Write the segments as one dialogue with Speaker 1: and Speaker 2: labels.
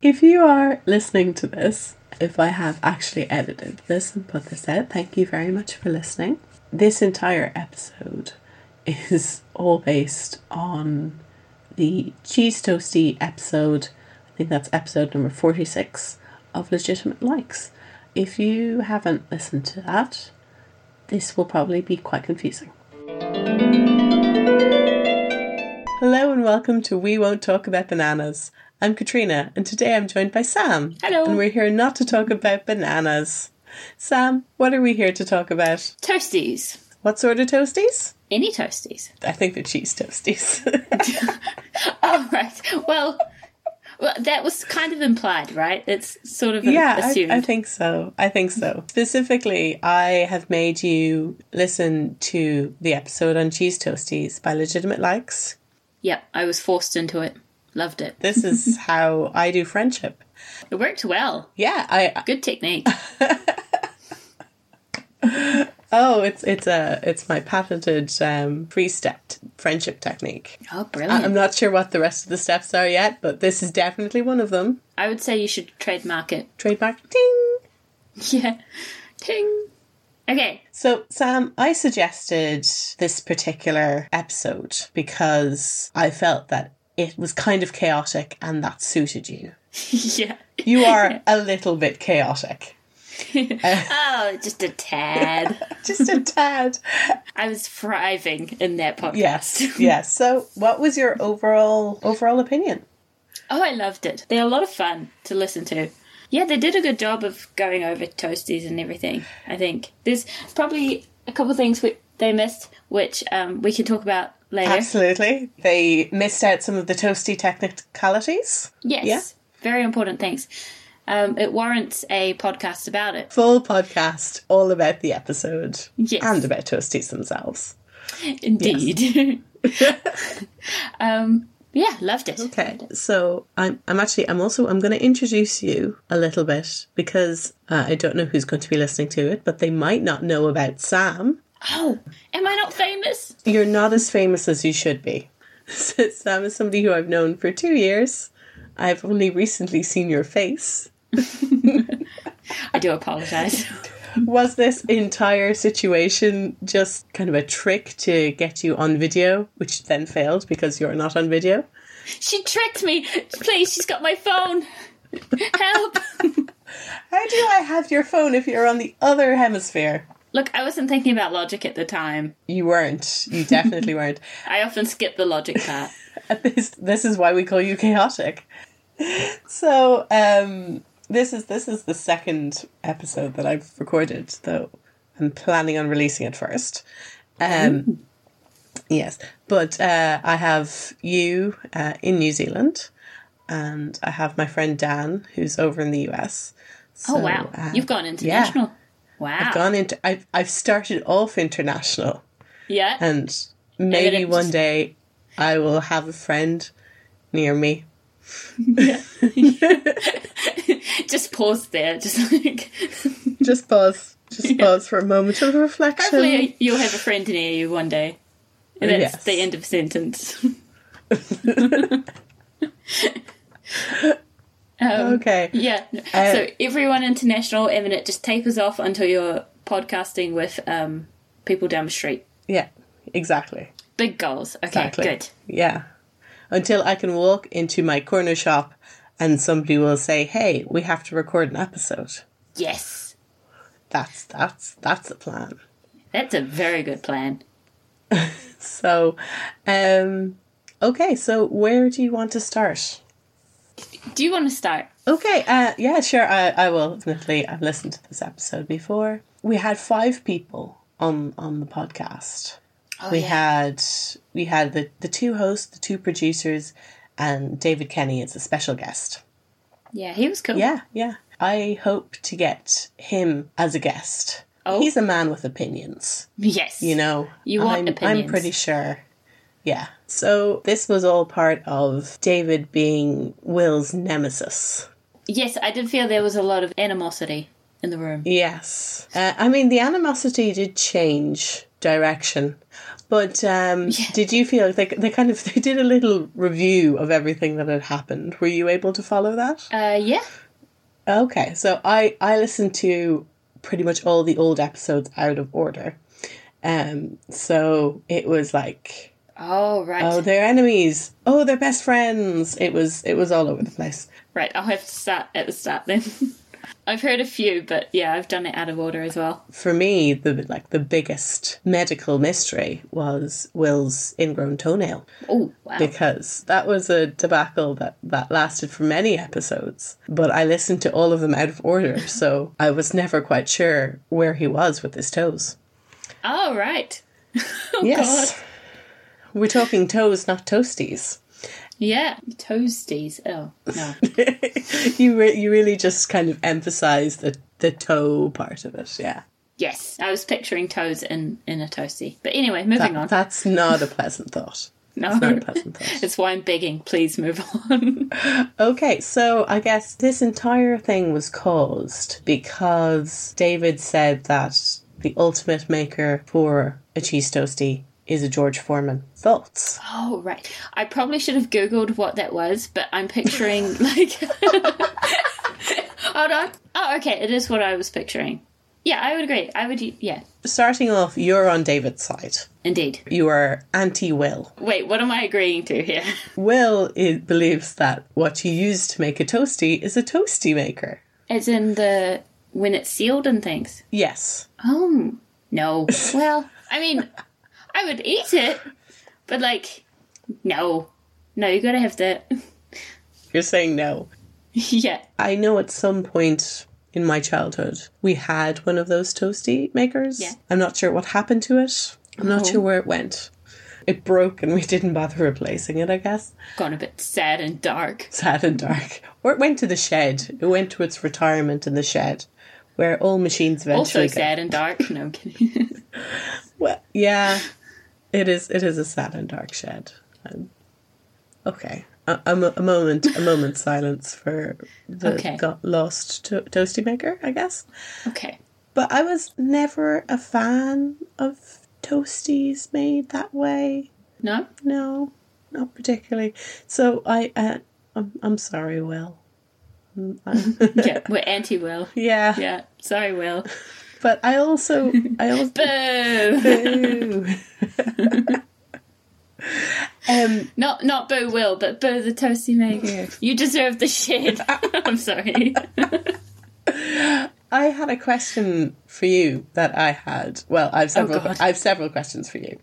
Speaker 1: If you are listening to this, if I have actually edited this and put this out, thank you very much for listening. This entire episode is all based on the Cheese Toasty episode. I think that's episode number 46 of Legitimate Likes. If you haven't listened to that, this will probably be quite confusing. Hello and welcome to We Won't Talk About Bananas. I'm Katrina and today I'm joined by Sam.
Speaker 2: Hello.
Speaker 1: And we're here not to talk about bananas. Sam, what are we here to talk about?
Speaker 2: Toasties.
Speaker 1: What sort of toasties?
Speaker 2: Any toasties.
Speaker 1: I think they're cheese toasties.
Speaker 2: All right. Well, well, that was kind of implied, right? It's sort of
Speaker 1: yeah, I,
Speaker 2: assumed.
Speaker 1: I think so. I think so. Specifically, I have made you listen to the episode on cheese toasties by Legitimate Likes.
Speaker 2: yep, I was forced into it. Loved it.
Speaker 1: This is how I do friendship.
Speaker 2: It worked well.
Speaker 1: Yeah, I
Speaker 2: Good technique.
Speaker 1: oh, it's it's a it's my patented um, three stepped friendship technique.
Speaker 2: Oh,
Speaker 1: I-
Speaker 2: brilliant.
Speaker 1: I'm not sure what the rest of the steps are yet, but this is definitely one of them.
Speaker 2: I would say you should trademark it.
Speaker 1: Trademark ding.
Speaker 2: Yeah. Ting. Okay.
Speaker 1: So, Sam, I suggested this particular episode because I felt that it was kind of chaotic and that suited you.
Speaker 2: yeah.
Speaker 1: You are a little bit chaotic.
Speaker 2: Oh, just a tad.
Speaker 1: Just a tad.
Speaker 2: I was thriving in that podcast.
Speaker 1: Yes. Yes. So, what was your overall overall opinion?
Speaker 2: Oh, I loved it. They're a lot of fun to listen to. Yeah, they did a good job of going over toasties and everything. I think there's probably a couple things we, they missed, which um, we can talk about later.
Speaker 1: Absolutely. They missed out some of the toasty technicalities.
Speaker 2: Yes,
Speaker 1: Yeah.
Speaker 2: very important things. Um, it warrants a podcast about it.
Speaker 1: Full podcast all about the episode
Speaker 2: Yes.
Speaker 1: and about toasties themselves.
Speaker 2: Indeed. um, yeah, loved it.
Speaker 1: Okay, so I'm I'm actually I'm also I'm going to introduce you a little bit because uh, I don't know who's going to be listening to it, but they might not know about Sam.
Speaker 2: Oh, am I not famous?
Speaker 1: You're not as famous as you should be. So Sam is somebody who I've known for two years. I've only recently seen your face.
Speaker 2: I do apologize.
Speaker 1: Was this entire situation just kind of a trick to get you on video, which then failed because you're not on video?
Speaker 2: she tricked me. Please, she's got my phone. Help.
Speaker 1: How do I have your phone if you're on the other hemisphere?
Speaker 2: Look, I wasn't thinking about logic at the time.
Speaker 1: You weren't. You definitely weren't.
Speaker 2: I often skip the logic part.
Speaker 1: this this is why we call you chaotic. So um, this is this is the second episode that I've recorded, though I'm planning on releasing it first. Um, yes, but uh, I have you uh, in New Zealand, and I have my friend Dan who's over in the US. So,
Speaker 2: oh wow,
Speaker 1: uh,
Speaker 2: you've gone international. Wow.
Speaker 1: gone into. I've I've started off international
Speaker 2: yeah.
Speaker 1: and maybe
Speaker 2: it
Speaker 1: one
Speaker 2: just-
Speaker 1: day I will have a friend near me.
Speaker 2: just pause there. Just like
Speaker 1: Just pause. Just pause for a moment of reflection.
Speaker 2: hopefully you'll have a friend near you one day. And that's
Speaker 1: Uh, Yes.
Speaker 2: the end of sentence. um,
Speaker 1: Okay.
Speaker 2: Yeah.
Speaker 1: Uh,
Speaker 2: so everyone international, and then it just tapers off until you're podcasting with um, people down the street.
Speaker 1: Yeah. Exactly.
Speaker 2: Big goals. Okay.
Speaker 1: Exactly.
Speaker 2: Good.
Speaker 1: Yeah. Until I can walk into my corner shop and somebody will say, "Hey, we have to record an episode."
Speaker 2: Yes.
Speaker 1: That's that's that's the plan.
Speaker 2: That's a very good plan.
Speaker 1: So, um okay, so where do you want to start?
Speaker 2: Do you want to start?
Speaker 1: Okay, uh, yeah, sure. I, I will definitely. I've listened to this episode before. We had five people on on the podcast. we
Speaker 2: Oh, yeah.
Speaker 1: had we had the the two hosts, the two producers, and David Kenny is a special guest.
Speaker 2: Yeah, he was cool.
Speaker 1: Yeah, yeah. I hope to get him as a guest.
Speaker 2: Oh.
Speaker 1: He's a man with opinions,
Speaker 2: Yes.
Speaker 1: you know.
Speaker 2: You
Speaker 1: I'm,
Speaker 2: want
Speaker 1: I'm
Speaker 2: opinions.
Speaker 1: pretty sure. Yeah. So this was all part of David being Will's nemesis.
Speaker 2: Yes, I did feel there was a lot of animosity in the room.
Speaker 1: Yes. Uh, I mean, the animosity did change direction. But um, did you feel they they kind of they did a little review of everything that had happened? Were you able to follow that?
Speaker 2: Uh, yeah.
Speaker 1: Okay, so I I listened to pretty much all the old episodes out of order. Um, so it was like
Speaker 2: Oh right,
Speaker 1: oh they're enemies, oh they're best friends. It was it was all over the place.
Speaker 2: right. I'll have to start at the start then. I've heard a few, but yeah, I've done it out of order as well.
Speaker 1: For me, the like the biggest medical mystery was Will's ingrown toenail.
Speaker 2: Oh wow.
Speaker 1: because that was a debacle that, that lasted for many episodes. But I listened to all of them out of order, so I was never quite sure where he was with his toes.
Speaker 2: Oh right. oh
Speaker 1: Yes.
Speaker 2: god.
Speaker 1: We're talking toes, not toasties.
Speaker 2: Yeah, toasties. Oh no.
Speaker 1: you re- you really just kind of emphasize the, the toe part of it, yeah.
Speaker 2: yes, I was picturing toes in in a toasty. But anyway, moving on.
Speaker 1: That's not a pleasant thought. Not
Speaker 2: no,
Speaker 1: a pleasant thought.
Speaker 2: it's why I'm begging. Please move on.
Speaker 1: Okay, so I guess this entire thing was caused because David said that the ultimate maker for a cheese toastie is a George Foreman. Thoughts?
Speaker 2: oh right. I probably should have googled what that was, but I'm picturing like. Hold on. Oh, okay. It is what I was picturing. Yeah, I would agree. I would. Yeah,
Speaker 1: Starting off, you're on David's side.
Speaker 2: indeed.
Speaker 1: You are anti Will.
Speaker 2: Wait, what am I agreeing to here?
Speaker 1: Will i believes that what you use to make a toastie is a toastie maker.
Speaker 2: As in the when it's sealed and things.
Speaker 1: Yes.
Speaker 2: Oh no. Well, I mean, I would eat it, but like, no, no, you gotta have that.
Speaker 1: You're saying no.
Speaker 2: yeah.
Speaker 1: I know at some point in my childhood we had one of those toasty makers.
Speaker 2: Yeah. Oh.
Speaker 1: I'm not sure what happened to it. I'm not sure where it went. It broke and we didn't bother replacing it, I guess.
Speaker 2: Gone a bit sad and dark.
Speaker 1: Sad and dark. Or it went to the shed. It went to its retirement in the shed where all machines
Speaker 2: Also
Speaker 1: eventually go.
Speaker 2: sad and dark. No, I'm kidding.
Speaker 1: Well, yeah. It is it is a sad and dark shed. Um, okay. A, a mo- a moment a moment's silence for the
Speaker 2: Okay.
Speaker 1: got lost to- toasty maker, I guess.
Speaker 2: okay.
Speaker 1: But I was never a fan of toasties made that way.
Speaker 2: No?
Speaker 1: No, not particularly. So I, uh, I'm, I'm sorry, Will. Mm, I-
Speaker 2: Yeah, we're anti Will.
Speaker 1: yeah.
Speaker 2: Yeah. Sorry, Will.
Speaker 1: but I also, I also.
Speaker 2: Boo!
Speaker 1: Boo. um,
Speaker 2: not not boo Will, but boo the toasty maker. You deserve the shit. I'm sorry.
Speaker 1: I had a question for you that I had. Well, I've several.
Speaker 2: God.
Speaker 1: I have several questions for you,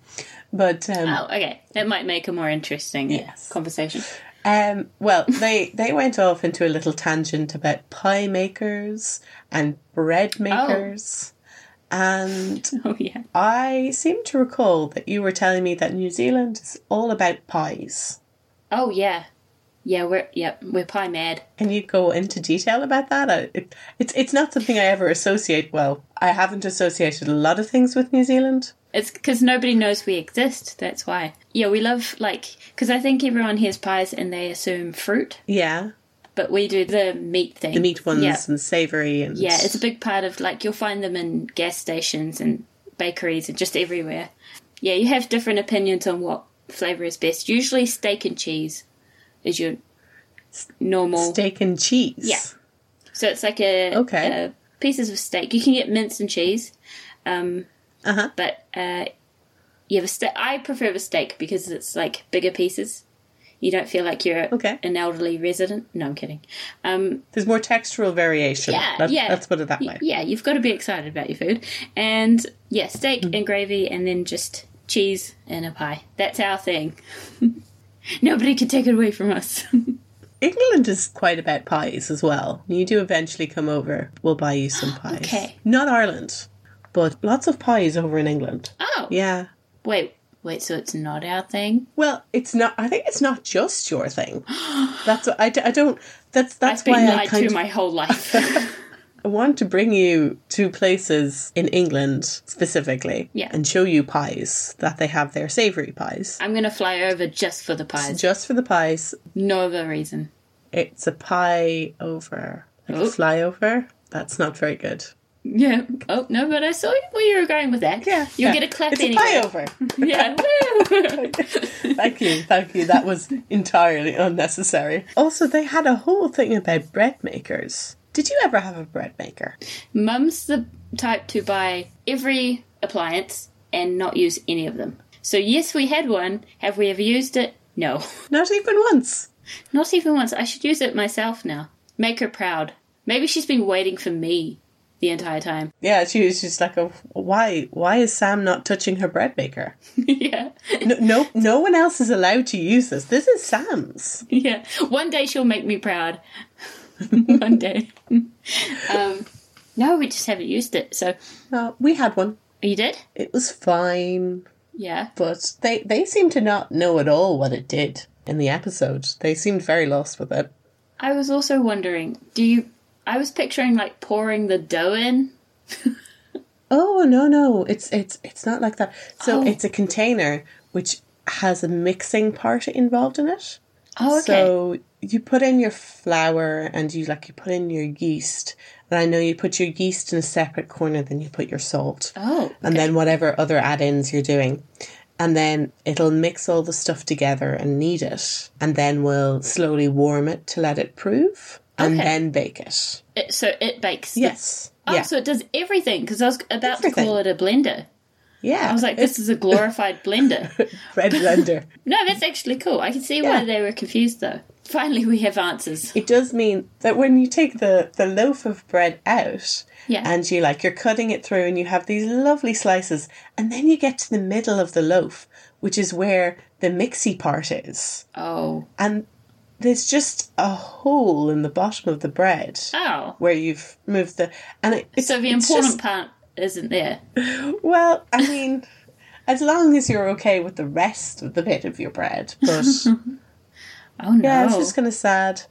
Speaker 1: but um,
Speaker 2: Oh, okay. That might make a more interesting
Speaker 1: Yes.
Speaker 2: conversation.
Speaker 1: Um, well, they, they went off into a little tangent about pie makers and bread makers. And
Speaker 2: Oh yeah.
Speaker 1: I seem to recall that you were telling me that New Zealand is all about pies.
Speaker 2: Oh yeah. Yeah, we're yeah, we're pie mad.
Speaker 1: Can you go into detail about that? I, it, it's, it's not something I ever associate. Well, I haven't associated a lot of things with New Zealand.
Speaker 2: It's because nobody knows we exist. That's why. Yeah, we love like because I think everyone hears pies and they assume fruit,
Speaker 1: Yeah.
Speaker 2: but we do the meat thing.
Speaker 1: The meat ones
Speaker 2: Yeah,
Speaker 1: and savoury and.
Speaker 2: yeah. It's a big part of like you'll find them in gas stations and bakeries and just everywhere. Yeah, you have different opinions on what flavor is best. Usually, steak and cheese is your normal.
Speaker 1: steak and cheese.
Speaker 2: Yeah. So it's like a
Speaker 1: Okay.
Speaker 2: a pieces of steak. You can get mince and cheese, um,
Speaker 1: Uh-huh.
Speaker 2: but uh, you have a steak. I prefer the steak because it's like bigger pieces. You don't feel like you're
Speaker 1: Okay.
Speaker 2: an elderly resident. No, I'm kidding. Um,
Speaker 1: There's more textural variation.
Speaker 2: Yeah,
Speaker 1: Let's-
Speaker 2: yeah.
Speaker 1: Let's put it that way.
Speaker 2: yeah, you've got to be excited about your food. And yeah, steak
Speaker 1: Mm.
Speaker 2: and gravy, and then just cheese and a pie. That's our thing. Nobody can take it away from us.
Speaker 1: England is quite about pies as well. You do eventually come over, we'll buy you some pies.
Speaker 2: Okay.
Speaker 1: Not Ireland, but lots of pies over in England.
Speaker 2: oh,
Speaker 1: Yeah.
Speaker 2: wait, wait. So it's not our thing.
Speaker 1: Well, it's not. I think it's not just your thing. That's what I, d- I don't. That's that's
Speaker 2: I've been
Speaker 1: why I
Speaker 2: lied
Speaker 1: kind
Speaker 2: to
Speaker 1: of
Speaker 2: my whole life.
Speaker 1: I want to bring you to places in England specifically,
Speaker 2: Yeah.
Speaker 1: and show you pies that they have their savoury pies.
Speaker 2: I'm gonna fly over just for the pies.
Speaker 1: Just for the pies,
Speaker 2: No other reason.
Speaker 1: it's a pie over like
Speaker 2: Oh.
Speaker 1: a flyover. That's not very good.
Speaker 2: Yeah. Oh no, but I saw where you were going with that.
Speaker 1: Yeah,
Speaker 2: You'll
Speaker 1: yeah.
Speaker 2: get a clap
Speaker 1: It's
Speaker 2: anyway.
Speaker 1: a flyover.
Speaker 2: Yeah. Woo!
Speaker 1: thank you, thank you. That was entirely unnecessary. Also, they had a whole thing about bread makers. Did you ever have a bread maker?
Speaker 2: Mum's the type to buy every appliance and not use any of them. So yes, we had one. Have we ever used it? No.
Speaker 1: Not even once.
Speaker 2: Not even once. I should use it myself now. Make her proud. Maybe she's been waiting for me the entire time.
Speaker 1: Yeah, she was just like, a, why? Why is Sam not touching her bread maker?
Speaker 2: yeah.
Speaker 1: No, no, no one else is allowed to use this. This is Sam's.
Speaker 2: Yeah. One day she'll make me proud. one day. um, no, we just haven't used it. So
Speaker 1: Uh, we had one.
Speaker 2: you did?
Speaker 1: It was fine,
Speaker 2: Yeah.
Speaker 1: but they they seemed to not know at all what it did in the episode. They seemed very lost with it.
Speaker 2: I was also wondering, do you I was picturing like pouring the dough in.
Speaker 1: Oh no no, it's it's it's not like that. So
Speaker 2: Oh.
Speaker 1: it's a container which has a mixing part involved in it.
Speaker 2: Oh, okay.
Speaker 1: So you put in your flour and you like you put in your yeast. And I know you put your yeast in a separate corner than you put your salt.
Speaker 2: oh.
Speaker 1: and then whatever other add-ins you're doing and then it'll mix all the stuff together and knead it and then we'll slowly warm it to let it prove and
Speaker 2: Okay.
Speaker 1: then bake it
Speaker 2: It, so it bakes. the-
Speaker 1: yes
Speaker 2: Oh,
Speaker 1: yeah
Speaker 2: so it does everything because I was about to
Speaker 1: Everything.
Speaker 2: call it a blender.
Speaker 1: yeah
Speaker 2: I was like, this is a glorified blender.
Speaker 1: bread blender
Speaker 2: No, that's actually cool. I can see
Speaker 1: Yeah.
Speaker 2: why they were confused though. Finally, we have answers.
Speaker 1: it does mean that when you take the the loaf of bread out
Speaker 2: Yeah.
Speaker 1: and you like you're cutting it through and you have these lovely slices and then you get to the middle of the loaf which is where the mixy part is
Speaker 2: Oh.
Speaker 1: and there's just a hole in the bottom of the bread
Speaker 2: Oh.
Speaker 1: where you've moved the and it, it's
Speaker 2: So the
Speaker 1: it's
Speaker 2: important part isn't there.
Speaker 1: just- well i mean as long as you're okay with the rest of the bit of your bread but
Speaker 2: Oh no.
Speaker 1: yeah it's just kind of sad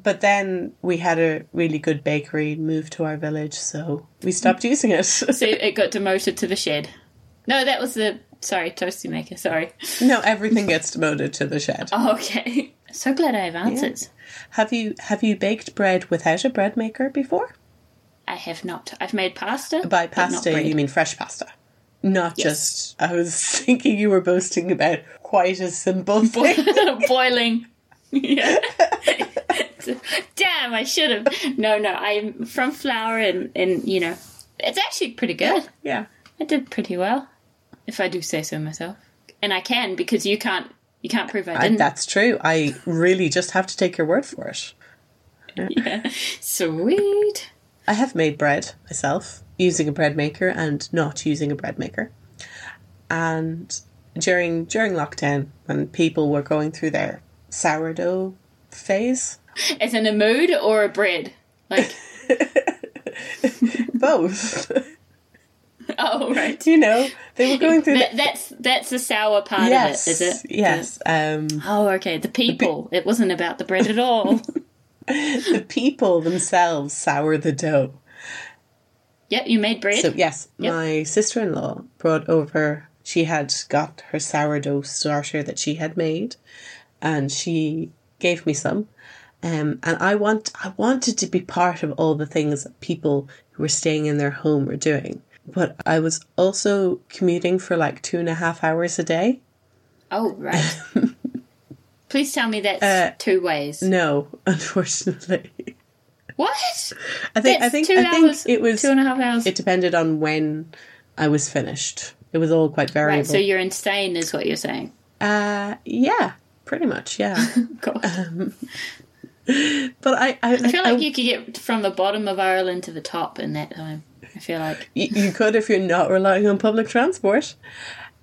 Speaker 1: but then we had a really good bakery move to our village so we stopped using it
Speaker 2: so it got demoted to the shed. No, that was the sorry toasty maker. Sorry.
Speaker 1: no everything gets demoted to the shed
Speaker 2: Oh, okay. So glad I have answers.
Speaker 1: have you have you baked bread without a bread maker before
Speaker 2: I have not. I've made pasta.
Speaker 1: By
Speaker 2: but not
Speaker 1: pasta,
Speaker 2: bread.
Speaker 1: you mean fresh pasta. Not
Speaker 2: Yes.
Speaker 1: just, I was thinking you were boasting about quite a simple thing.
Speaker 2: boiling. Yeah. Damn, I should have. No, no, I'm from flour and, and, you know, it's actually pretty good.
Speaker 1: yeah.
Speaker 2: I did pretty well, if I do say so myself. And I can because you can't, you can't prove I
Speaker 1: And
Speaker 2: didn't.
Speaker 1: that's true. I really just have to take your word for it.
Speaker 2: Yeah. Sweet.
Speaker 1: I have made bread myself using a bread maker and not using a bread maker. And during during lockdown when people were going through their sourdough phase,
Speaker 2: As in a mood or a bread? Like,
Speaker 1: both,
Speaker 2: oh, right.
Speaker 1: you know, they were going through
Speaker 2: That, that's that's the sour part
Speaker 1: yes,
Speaker 2: of it, is it?
Speaker 1: yes, um,
Speaker 2: Oh, okay. The people. It wasn't about the bread at all.
Speaker 1: the people themselves sour the dough.
Speaker 2: yep, you made bread.
Speaker 1: So yes,
Speaker 2: Yep.
Speaker 1: my sister-in-law brought over. She had got her sourdough starter that she had made, and she gave me some. Um, and I want I wanted to be part of all the things that people who were staying in their home were doing. But I was also commuting for like two and a half hours a day.
Speaker 2: Oh, right. Please tell me that's
Speaker 1: Uh,
Speaker 2: two ways.
Speaker 1: No, unfortunately.
Speaker 2: what?
Speaker 1: I think I
Speaker 2: That's
Speaker 1: think
Speaker 2: two
Speaker 1: I think
Speaker 2: hours-
Speaker 1: it was
Speaker 2: Two and a half hours.
Speaker 1: it depended on when I was finished. It was all quite variable.
Speaker 2: right, so you're insane, is what you're saying.
Speaker 1: Uh, yeah, pretty much, yeah.
Speaker 2: God.
Speaker 1: but I, Uh, I,
Speaker 2: I feel like you could get from the bottom of Ireland to the top in that time. I feel like.
Speaker 1: you, you could if you're not relying on public transport,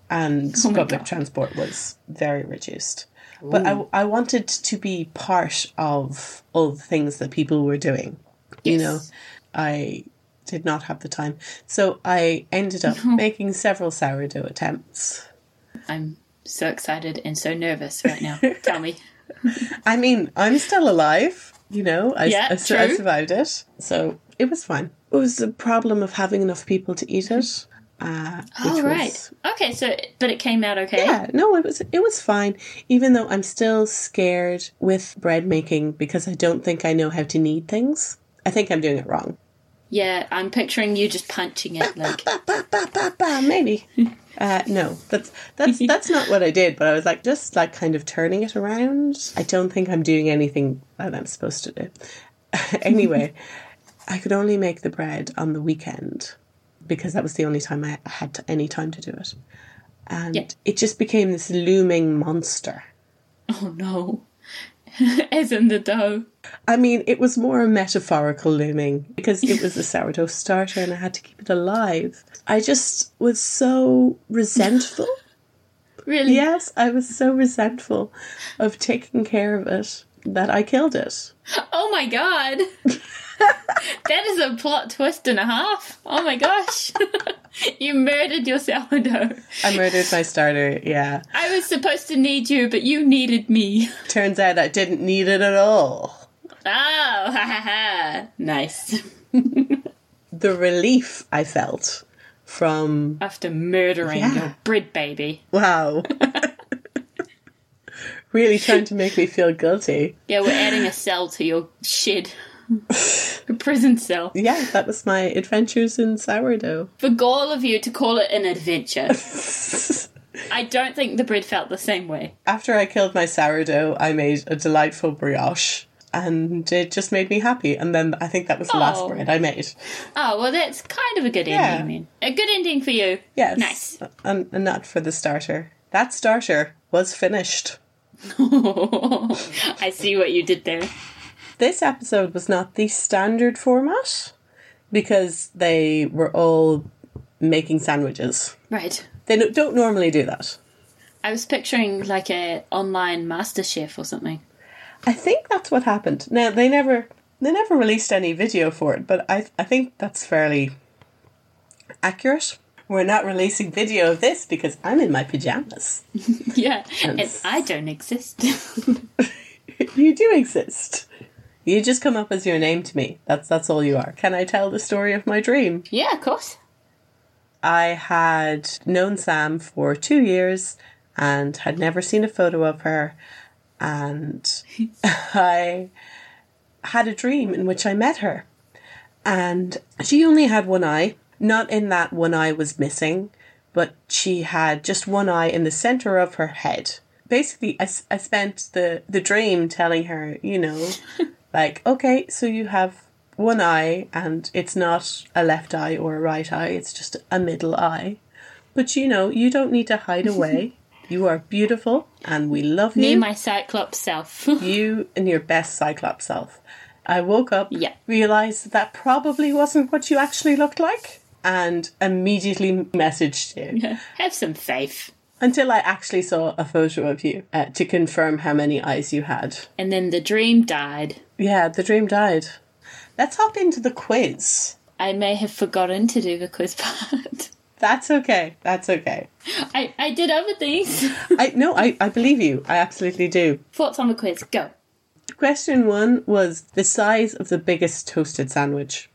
Speaker 1: and
Speaker 2: Oh my
Speaker 1: public
Speaker 2: God.
Speaker 1: transport was very reduced. But I, I wanted to be part of all the things that people were doing. You
Speaker 2: Yes.
Speaker 1: know, I did not have the time, so I ended up making several sourdough attempts.
Speaker 2: I'm so excited and so nervous right now. tell me.
Speaker 1: I mean, I'm still alive. You know, I,
Speaker 2: Yeah,
Speaker 1: I, su- I
Speaker 2: true.
Speaker 1: survived it, so it was fine. It was the problem of having enough people to eat it. Uh,
Speaker 2: Oh,
Speaker 1: which
Speaker 2: right.
Speaker 1: Was,
Speaker 2: Okay, so, but it came out okay?
Speaker 1: yeah, no, it was it was fine. Even though I'm still scared with bread making because I don't think I know how to knead things. I think I'm doing it wrong.
Speaker 2: Yeah, I'm picturing you just punching it like
Speaker 1: Ba, ba, ba, ba, ba, maybe. Uh, no, that's that's that's not what I did. But I was like, just like kind of turning it around. I don't think I'm doing anything that I'm supposed to do. anyway, I could only make the bread on the weekend because that was the only time I had to, any time to do it, and
Speaker 2: Yeah.
Speaker 1: it just became this looming monster.
Speaker 2: oh no. As in the dough.
Speaker 1: I mean, it was more a metaphorical looming because it was a sourdough starter and I had to keep it alive. I just was so resentful.
Speaker 2: Really?
Speaker 1: yes, I was so resentful of taking care of it that I killed it.
Speaker 2: Oh my god. that is a plot twist and a half. Oh my gosh. you murdered your sourdough.
Speaker 1: I murdered my starter, yeah.
Speaker 2: I was supposed to need you, but you needed me.
Speaker 1: Turns out I didn't need it at all.
Speaker 2: Oh, ha ha ha. Nice.
Speaker 1: The relief I felt from
Speaker 2: After murdering
Speaker 1: Yeah.
Speaker 2: your bread baby.
Speaker 1: wow. really trying to make me feel guilty.
Speaker 2: Yeah, we're adding a cell to your shed. a prison cell.
Speaker 1: Yeah, that was my adventures in sourdough.
Speaker 2: For all of you to call it an adventure. I don't think the bread felt the same way.
Speaker 1: After I killed my sourdough, I made a delightful brioche and it just made me happy. And then I think that was the last
Speaker 2: Oh.
Speaker 1: bread I made.
Speaker 2: Oh, well, that's kind of a good
Speaker 1: Yeah.
Speaker 2: ending, then. A good ending for you.
Speaker 1: Yes.
Speaker 2: Nice.
Speaker 1: And, and not for the starter. That starter was finished.
Speaker 2: I see what you did there.
Speaker 1: This episode was not the standard format because they were all making sandwiches.
Speaker 2: Right.
Speaker 1: They no- don't normally do that.
Speaker 2: I was picturing like a online master chef or something.
Speaker 1: I think that's what happened. Now they never they never released any video for it, but I I think that's fairly accurate. We're not releasing video of this because I'm in my pajamas.
Speaker 2: Yeah. And I don't exist.
Speaker 1: you do exist. You just come up as your name to me. That's that's all you are. Can I tell the story of my dream?
Speaker 2: yeah, of course.
Speaker 1: I had known Sam for 2 years and had never seen a photo of her and I had a dream in which I met her. And she only had one eye. Not in that one eye was missing, but she had just one eye in the center of her head. Basically, I, s- I spent the, the dream telling her, you know, like, okay, so you have one eye and it's not a left eye or a right eye, it's just a middle eye. But you know, you don't need to hide away. you are beautiful and we love you
Speaker 2: Me, my Cyclops self.
Speaker 1: you and your best Cyclops self. I woke up,
Speaker 2: Yeah.
Speaker 1: realized that, that probably wasn't what you actually looked like, and immediately messaged you
Speaker 2: Have some faith.
Speaker 1: until I actually saw a photo of you uh, to confirm how many eyes you had.
Speaker 2: And then the dream died.
Speaker 1: Yeah, the dream died. Let's hop into the quiz.
Speaker 2: I may have forgotten to do the quiz part.
Speaker 1: That's okay. That's okay.
Speaker 2: I, I did other things.
Speaker 1: I no, I, I believe you. I absolutely do.
Speaker 2: Thoughts on the quiz? Go.
Speaker 1: Question one was the size of the biggest toasted sandwich.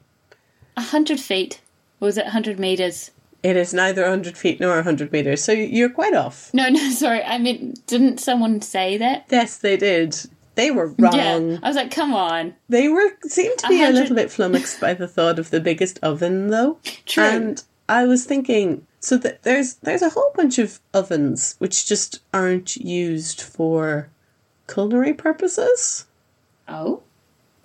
Speaker 2: 100 feet. Or was it 100 meters?
Speaker 1: It is neither 100 feet nor 100 meters, so you're quite off.
Speaker 2: No, no, sorry. I mean, didn't someone say that?
Speaker 1: Yes, they did. They were wrong.
Speaker 2: Yeah. I was like, come on.
Speaker 1: They were seemed to be a
Speaker 2: hundred-
Speaker 1: little bit flummoxed by the thought of the biggest oven, though.
Speaker 2: True.
Speaker 1: And I was thinking, so that there's there's a whole bunch of ovens which just aren't used for culinary purposes.
Speaker 2: Oh?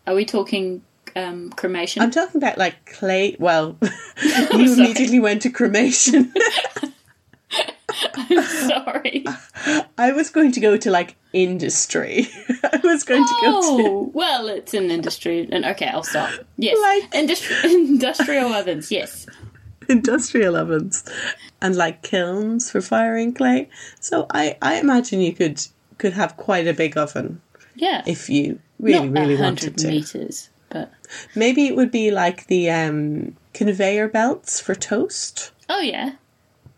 Speaker 2: Are we talking um, cremation?
Speaker 1: I'm talking about like clay. Well, you
Speaker 2: sorry.
Speaker 1: immediately went to cremation.
Speaker 2: sorry.
Speaker 1: I was going to go to like industry. I was going to go to
Speaker 2: Oh, well, it's an industry. And okay, I'll stop. Yes.
Speaker 1: Like-
Speaker 2: Industri- industrial ovens, yes.
Speaker 1: industrial ovens and like kilns for firing clay. So I, I imagine you could could have quite a big oven
Speaker 2: Yeah.
Speaker 1: if you really
Speaker 2: Not
Speaker 1: really
Speaker 2: 100
Speaker 1: wanted to.
Speaker 2: meters, but.
Speaker 1: Maybe it would be like the um, conveyor belts for toast.
Speaker 2: Oh, yeah.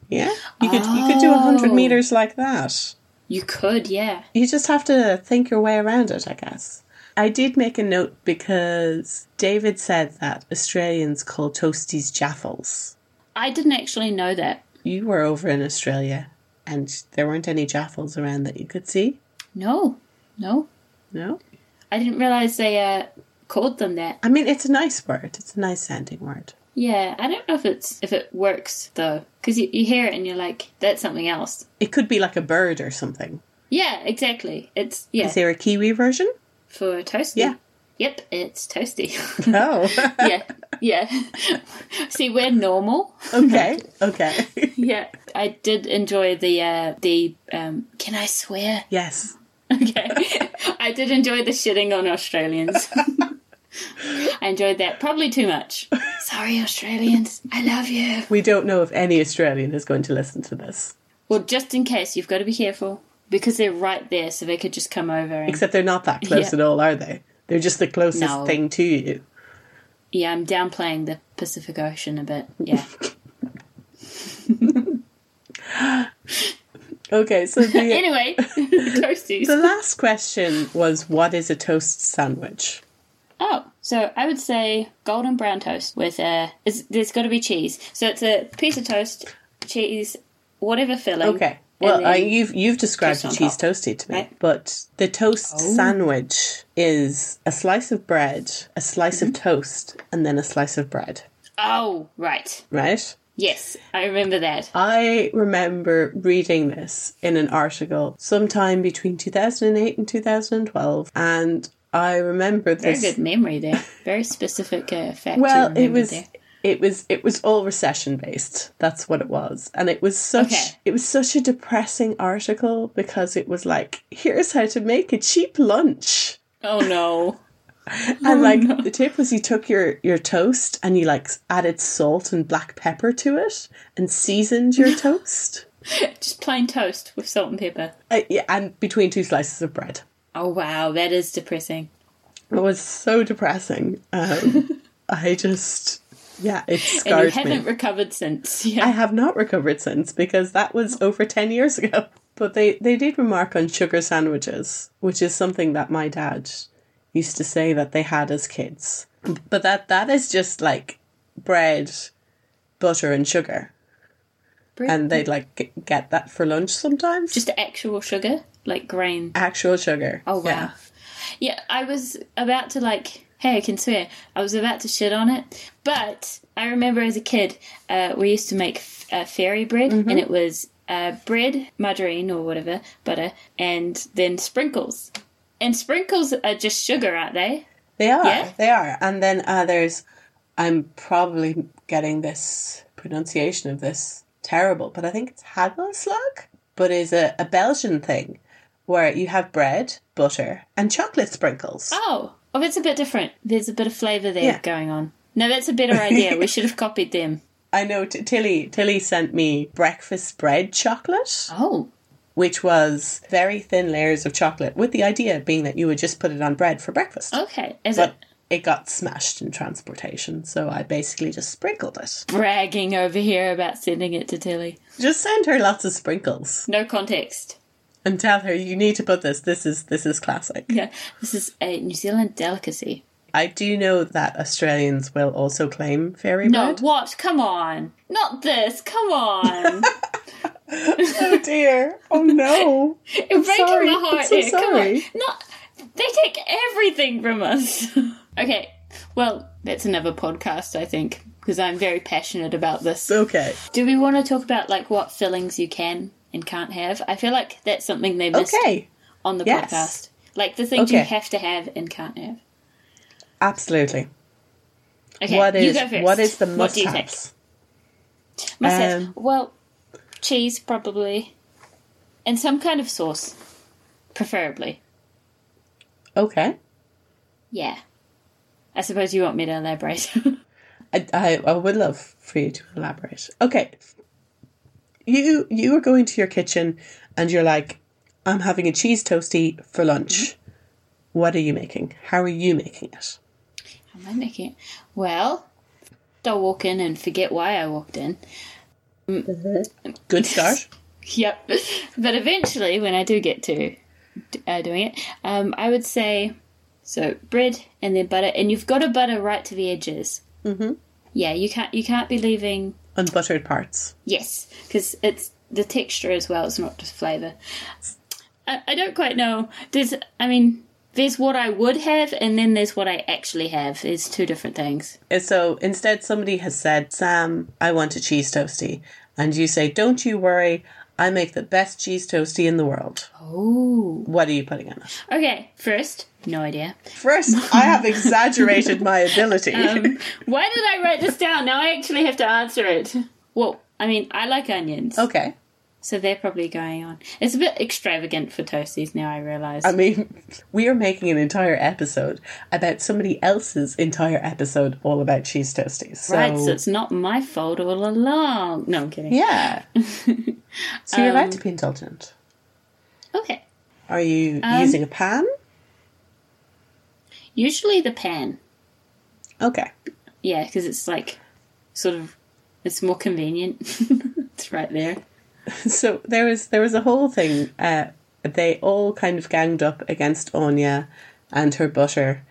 Speaker 1: Yeah, you could you could do a hundred
Speaker 2: Oh.
Speaker 1: meters like that.
Speaker 2: You could, yeah.
Speaker 1: You just have to think your way around it, I guess. I did make a note because David said that Australians call toasties jaffles.
Speaker 2: I didn't actually know that.
Speaker 1: You were over in Australia and there weren't any jaffles around that you could see.
Speaker 2: No, no.
Speaker 1: No?
Speaker 2: I didn't realize they uh, called them that.
Speaker 1: I mean, it's a nice word. It's a nice sounding word.
Speaker 2: Yeah, I don't know if it's if it works though, because you, you hear it and you're like, that's something else.
Speaker 1: It could be like a bird or something.
Speaker 2: Yeah, exactly. It's yeah
Speaker 1: Is there a Kiwi version?
Speaker 2: for toasty.
Speaker 1: Yeah.
Speaker 2: Yep, it's toasty.
Speaker 1: Oh.
Speaker 2: yeah, yeah. See, we're normal.
Speaker 1: okay. Okay.
Speaker 2: Yeah, I did enjoy the uh, the. Um, can I swear?
Speaker 1: yes.
Speaker 2: Okay, I did enjoy the shitting on Australians. I enjoyed that probably too much. Sorry, Australians. I love you.
Speaker 1: We don't know if any Australian is going to listen to this,
Speaker 2: Well, just in case, you've got to be careful because they're right there, so they could just come over. And,
Speaker 1: except they're not that close
Speaker 2: Yeah.
Speaker 1: at all, are they? They're just the closest
Speaker 2: No.
Speaker 1: thing to you.
Speaker 2: yeah, I'm downplaying the Pacific Ocean a bit. Yeah.
Speaker 1: Okay, so the,
Speaker 2: anyway, toasties.
Speaker 1: the last question was what is a toast sandwich?
Speaker 2: Oh, so I would say golden brown toast with a. It's, there's got to be cheese. So it's a piece of toast, cheese, whatever filling.
Speaker 1: Okay.
Speaker 2: and
Speaker 1: Well,
Speaker 2: then-
Speaker 1: uh, you've you've described
Speaker 2: toast on
Speaker 1: a cheese
Speaker 2: top,
Speaker 1: toastie to me,
Speaker 2: right? Oh.
Speaker 1: but the toast sandwich is a slice of bread, a slice of
Speaker 2: Mm-hmm.
Speaker 1: toast, and then a slice of bread.
Speaker 2: oh, right.
Speaker 1: Right.
Speaker 2: Yes, I remember that.
Speaker 1: I remember reading this in an article sometime between 2008 and 2012, and I remember
Speaker 2: Very
Speaker 1: this.
Speaker 2: good memory there. Very specific uh, fact. you
Speaker 1: Well, it
Speaker 2: remembered
Speaker 1: was
Speaker 2: there.
Speaker 1: it was it was all recession based. That's what it was, and it was such
Speaker 2: Okay.
Speaker 1: it was such a depressing article because it was like here's how to make a cheap lunch,
Speaker 2: Oh no. Oh,
Speaker 1: and like the tip was you took your your toast and you like added salt and black pepper to it and seasoned your toast,
Speaker 2: Just plain toast with salt and pepper.
Speaker 1: uh, yeah, and between two slices of bread.
Speaker 2: Oh wow, that is depressing.
Speaker 1: It was so depressing. Um, I just yeah, it
Speaker 2: And you
Speaker 1: scarred me.
Speaker 2: haven't recovered since. Yeah.
Speaker 1: I have not recovered since because that was over 10 years ago. But they, they did remark on sugar sandwiches, which is something that my dad used to say that they had as kids. But that that is just like bread, butter, and sugar.
Speaker 2: Bread-
Speaker 1: And they'd like g- get that for lunch sometimes.
Speaker 2: Just actual sugar, like grain.
Speaker 1: actual sugar.
Speaker 2: Oh wow. Yeah. I was about to like, hey, I can swear. I was about to shit on it, but I remember as a kid, uh, we used to make f- uh, fairy bread, and it was uh, bread, margarine or whatever, butter, and then sprinkles. And sprinkles are just sugar, aren't they?
Speaker 1: They are.
Speaker 2: Yeah?
Speaker 1: They are. And then uh, there's, I'm probably getting this pronunciation of this terrible, but I think it's hagelslag, but is a, a Belgian thing where you have bread, butter, and chocolate sprinkles.
Speaker 2: Oh, oh, that's a bit different. There's a bit of flavour there
Speaker 1: Yeah.
Speaker 2: going on. No, that's a better idea. we should have copied them.
Speaker 1: I know t- Tilly Tilly sent me breakfast bread chocolate,
Speaker 2: Oh,
Speaker 1: which was very thin layers of chocolate, with the idea being that you would just put it on bread for breakfast.
Speaker 2: okay. Is
Speaker 1: But
Speaker 2: it
Speaker 1: it got smashed in transportation, so I basically just sprinkled it.
Speaker 2: bragging over here about sending it to Tilly?
Speaker 1: Just send her lots of sprinkles.
Speaker 2: No context.
Speaker 1: and tell her you need to put this. This is this is classic.
Speaker 2: Yeah, this is a New Zealand delicacy.
Speaker 1: I do know that Australians will also claim fairy
Speaker 2: No,
Speaker 1: bread.
Speaker 2: what? Come on. Not this. Come on.
Speaker 1: Oh dear! Oh no!
Speaker 2: You're breaking
Speaker 1: sorry.
Speaker 2: my
Speaker 1: I'm
Speaker 2: heart
Speaker 1: so
Speaker 2: here. Come on.
Speaker 1: sorry.
Speaker 2: Not they take everything from us. okay. Well, that's another podcast, I think, because I'm very passionate about this.
Speaker 1: okay.
Speaker 2: Do we want to talk about like what fillings you can and can't have? I feel like that's something they missed
Speaker 1: Okay.
Speaker 2: on the
Speaker 1: Yes.
Speaker 2: podcast. Like the things you
Speaker 1: Okay.
Speaker 2: have to have and can't have.
Speaker 1: Absolutely.
Speaker 2: Okay,
Speaker 1: what
Speaker 2: you
Speaker 1: is
Speaker 2: go first.
Speaker 1: what is the
Speaker 2: What do you think?
Speaker 1: must-haves?
Speaker 2: Must
Speaker 1: Um,
Speaker 2: have. Well, cheese probably, and some kind of sauce, preferably.
Speaker 1: Okay.
Speaker 2: Yeah, I suppose you want me to elaborate.
Speaker 1: I, I I would love for you to elaborate. Okay. You you are going to your kitchen and you're like, I'm having a cheese toastie for lunch.
Speaker 2: Mm-hmm.
Speaker 1: What are you making? How are you making it?
Speaker 2: Am I making it? Well, I'll walk in and forget why I walked in.
Speaker 1: Good start.
Speaker 2: Yep. But eventually, when I do get to d- uh, doing it, um, I would say so bread and then butter, and you've got to butter right to the edges. Mm-hmm. Yeah, you can't you can't be leaving
Speaker 1: Unbuttered parts.
Speaker 2: Yes, because it's the texture as well. It's not just flavour. I, I don't quite know. Does I mean There's what I would have, and then there's what I actually have. It's two different things.
Speaker 1: And So instead, somebody has said, Sam, I want a cheese toastie. And you say, Don't you worry, I make the best cheese toastie in the world.
Speaker 2: Oh.
Speaker 1: What are you putting on it?
Speaker 2: Okay, first, no idea.
Speaker 1: First, I have exaggerated my ability.
Speaker 2: Um, why did I write this down? Now I actually have to answer it. Well, I mean, I like onions,
Speaker 1: okay.
Speaker 2: so they're probably going on. It's a bit extravagant for toasties now, I realise.
Speaker 1: I mean, we are making an entire episode about somebody else's entire episode all about cheese toasties. So,
Speaker 2: right, so it's not my fault all along. No, I'm kidding.
Speaker 1: yeah. so you're
Speaker 2: Um,
Speaker 1: allowed to be indulgent.
Speaker 2: Okay.
Speaker 1: Are you
Speaker 2: um,
Speaker 1: using a pan?
Speaker 2: Usually the pan.
Speaker 1: Okay.
Speaker 2: Yeah, because it's like sort of it's more convenient. it's right there.
Speaker 1: So there was there was a whole thing. Uh, they all kind of ganged up against Anya and her butter,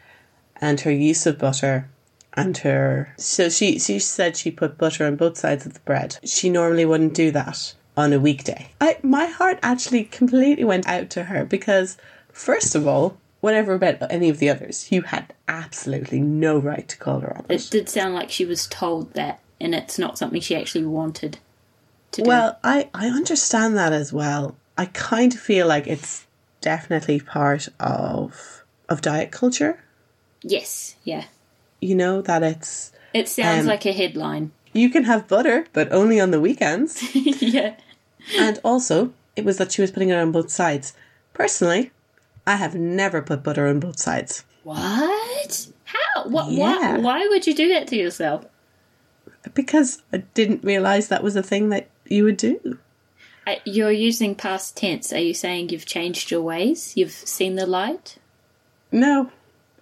Speaker 1: and her use of butter, and her. So she she said she put butter on both sides of the bread. She normally wouldn't do that on a weekday. I my heart actually completely went out to her because first of all, whatever about any of the others, you had absolutely no right to call her on it.
Speaker 2: It did sound like she was told that, and it's not something she actually wanted to do.
Speaker 1: Well, I, I understand that as well. I kind of feel like it's definitely part of of diet culture,
Speaker 2: yes, yeah.
Speaker 1: you know, that it's
Speaker 2: It sounds
Speaker 1: Um,
Speaker 2: like a headline.
Speaker 1: you can have butter, but only on the weekends.
Speaker 2: yeah.
Speaker 1: and also, it was that she was putting it on both sides. Personally, I have never put butter on both sides
Speaker 2: What? How? What?
Speaker 1: Yeah.
Speaker 2: Why? Why would you do that to yourself?
Speaker 1: because I didn't realize that was a thing that you would do.
Speaker 2: I, you're using past tense. Are you saying you've changed your ways? You've seen the light?
Speaker 1: No.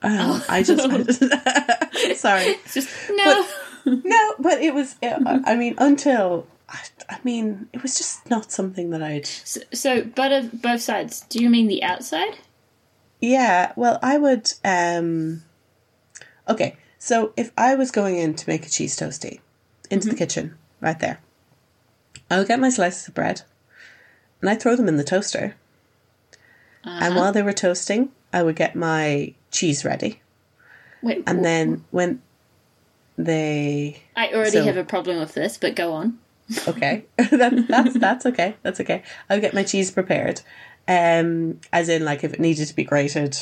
Speaker 1: Um, I just, I just sorry.
Speaker 2: It's just no.
Speaker 1: No, but it was. I I mean, until I, I mean, it was just not something that I'd.
Speaker 2: so, so, but of both sides. Do you mean the outside?
Speaker 1: Yeah. Well, I would. um Okay, so if I was going in to make a cheese toastie, into the kitchen right there, I would get my slices of bread, and I would throw them in the toaster. And while they were toasting, I would get my cheese ready,
Speaker 2: Wait,
Speaker 1: and
Speaker 2: wh-
Speaker 1: then when they
Speaker 2: I already
Speaker 1: so-
Speaker 2: have a problem with this, but go on.
Speaker 1: okay that, that's that's okay that's okay i'll get my cheese prepared um as in like if it needed to be grated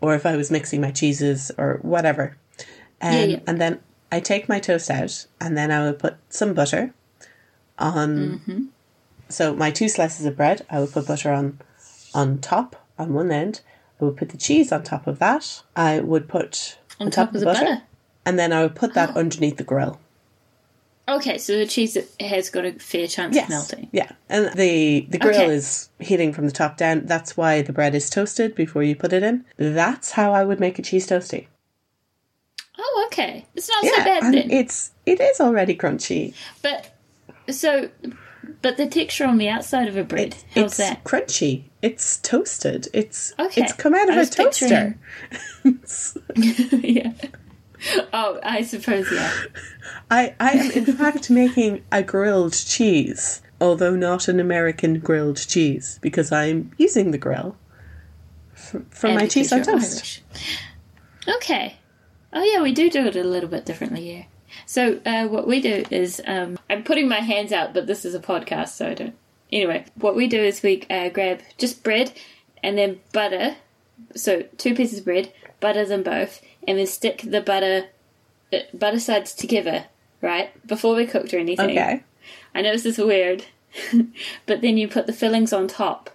Speaker 1: or if i was mixing my cheeses or whatever um,
Speaker 2: Yeah, yeah.
Speaker 1: and then i take my toast out and then i would put some butter on
Speaker 2: Mm-hmm.
Speaker 1: so my two slices of bread i would put butter on on top on one end i would put the cheese on top of that i would put on,
Speaker 2: top of the butter? Oh.
Speaker 1: and then i would put that underneath the grill
Speaker 2: Okay, so the cheese has got a fair chance of melting.
Speaker 1: yeah, and the the grill
Speaker 2: Okay.
Speaker 1: is heating from the top down. That's why the bread is toasted before you put it in. That's how I would make a cheese toastie.
Speaker 2: Oh, okay. It's not so
Speaker 1: Yeah,
Speaker 2: bad
Speaker 1: and
Speaker 2: then.
Speaker 1: it's it is already crunchy.
Speaker 2: but so, but the texture on the outside of a bread. how's
Speaker 1: it's
Speaker 2: that?
Speaker 1: crunchy. It's toasted. It's
Speaker 2: Okay.
Speaker 1: it's come out of
Speaker 2: I
Speaker 1: a
Speaker 2: was
Speaker 1: toaster.
Speaker 2: picturing- yeah. Oh, I suppose yeah.
Speaker 1: I I am in fact making a grilled cheese, although not an American grilled cheese because I'm using the grill for, for my
Speaker 2: And
Speaker 1: cheese on
Speaker 2: because you're
Speaker 1: toast.
Speaker 2: Irish. Okay. Oh yeah, we do do it a little bit differently here. So uh, what we do is um, I'm putting my hands out, but this is a podcast, so I don't. Anyway, what we do is we uh, grab just bread and then butter. So two pieces of bread, butter them both, and then stick the butter uh, butter sides together, right before we cooked or anything.
Speaker 1: Okay.
Speaker 2: I know this is weird, but then you put the fillings on top,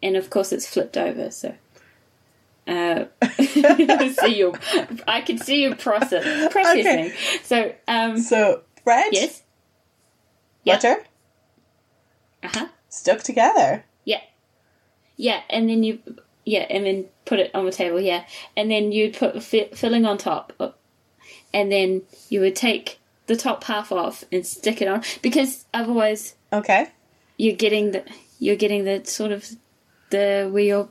Speaker 2: and of course it's flipped over. So, uh, see your, I can see your process processing. So, um,
Speaker 1: So bread,
Speaker 2: yes, yeah.
Speaker 1: butter,
Speaker 2: uh huh,
Speaker 1: stuck together.
Speaker 2: yeah, yeah, and then you, yeah, and then put it on the table, yeah, and then you'd put fi- filling on top, uh, and then you would take the top half off and stick it on because otherwise
Speaker 1: Okay.
Speaker 2: you're getting the you're getting the sort of the where you're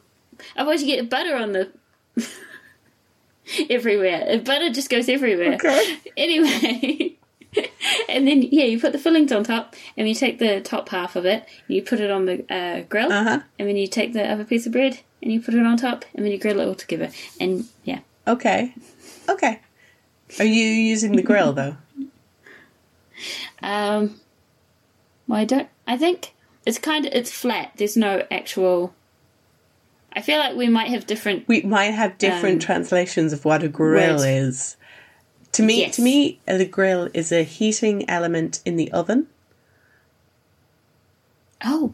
Speaker 2: otherwise you get butter on the everywhere. Butter just goes everywhere.
Speaker 1: Okay.
Speaker 2: Anyway. and then yeah, you put the fillings on top and you take the top half of it, you put it on the uh, grill
Speaker 1: Uh-huh.
Speaker 2: and then you take the other piece of bread and you put it on top, and then you grill it all together. And yeah,
Speaker 1: Okay. Okay. Are you using the grill though?
Speaker 2: um, well, I don't. I think it's kind of it's flat. There's no actual. I feel like we might have different.
Speaker 1: We might have different
Speaker 2: Um,
Speaker 1: translations of what a grill
Speaker 2: words.
Speaker 1: is. To me,
Speaker 2: Yes.
Speaker 1: to me, the grill is a heating element in the oven.
Speaker 2: Oh,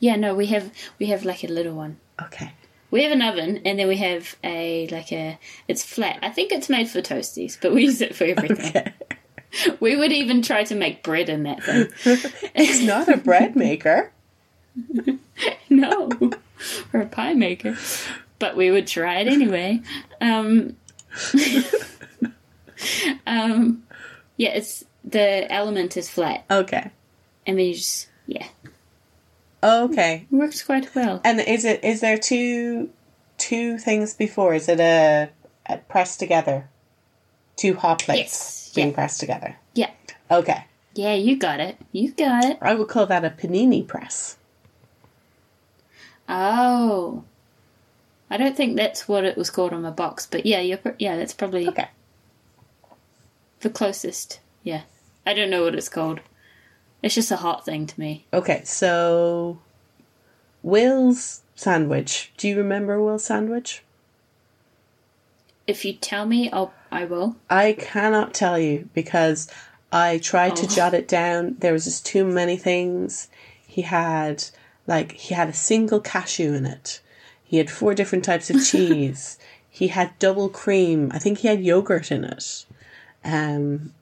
Speaker 2: yeah. No, we have we have like a little one.
Speaker 1: Okay.
Speaker 2: We have an oven, and then we have a like a. It's flat. I think it's made for toasties, but we use it for everything.
Speaker 1: Okay.
Speaker 2: We would even try to make bread in that thing.
Speaker 1: It's not a bread maker.
Speaker 2: no, or a pie maker, but we would try it anyway. Um, um, yeah, it's the element is flat,
Speaker 1: Okay.
Speaker 2: and then you just yeah,
Speaker 1: Okay.
Speaker 2: it works quite well.
Speaker 1: And is it is there two two things before? Is it a, a pressed together? Two hot plates
Speaker 2: Yes,
Speaker 1: being
Speaker 2: yeah.
Speaker 1: pressed together.
Speaker 2: Yeah,
Speaker 1: Okay.
Speaker 2: yeah, you got it, you got it.
Speaker 1: I would call that a panini press.
Speaker 2: Oh, I don't think that's what it was called on the box, but yeah, you're pr- yeah, that's probably
Speaker 1: Okay.
Speaker 2: the closest. Yeah, I don't know what it's called. It's just a hot thing to me.
Speaker 1: Okay, so Will's sandwich. Do you remember Will's sandwich?
Speaker 2: If you tell me, I'll I will.
Speaker 1: I cannot tell you because I tried to
Speaker 2: Oh.
Speaker 1: jot it down. There was just too many things. He had like he had a single cashew in it. He had four different types of cheese. he had double cream. I think he had yogurt in it. Um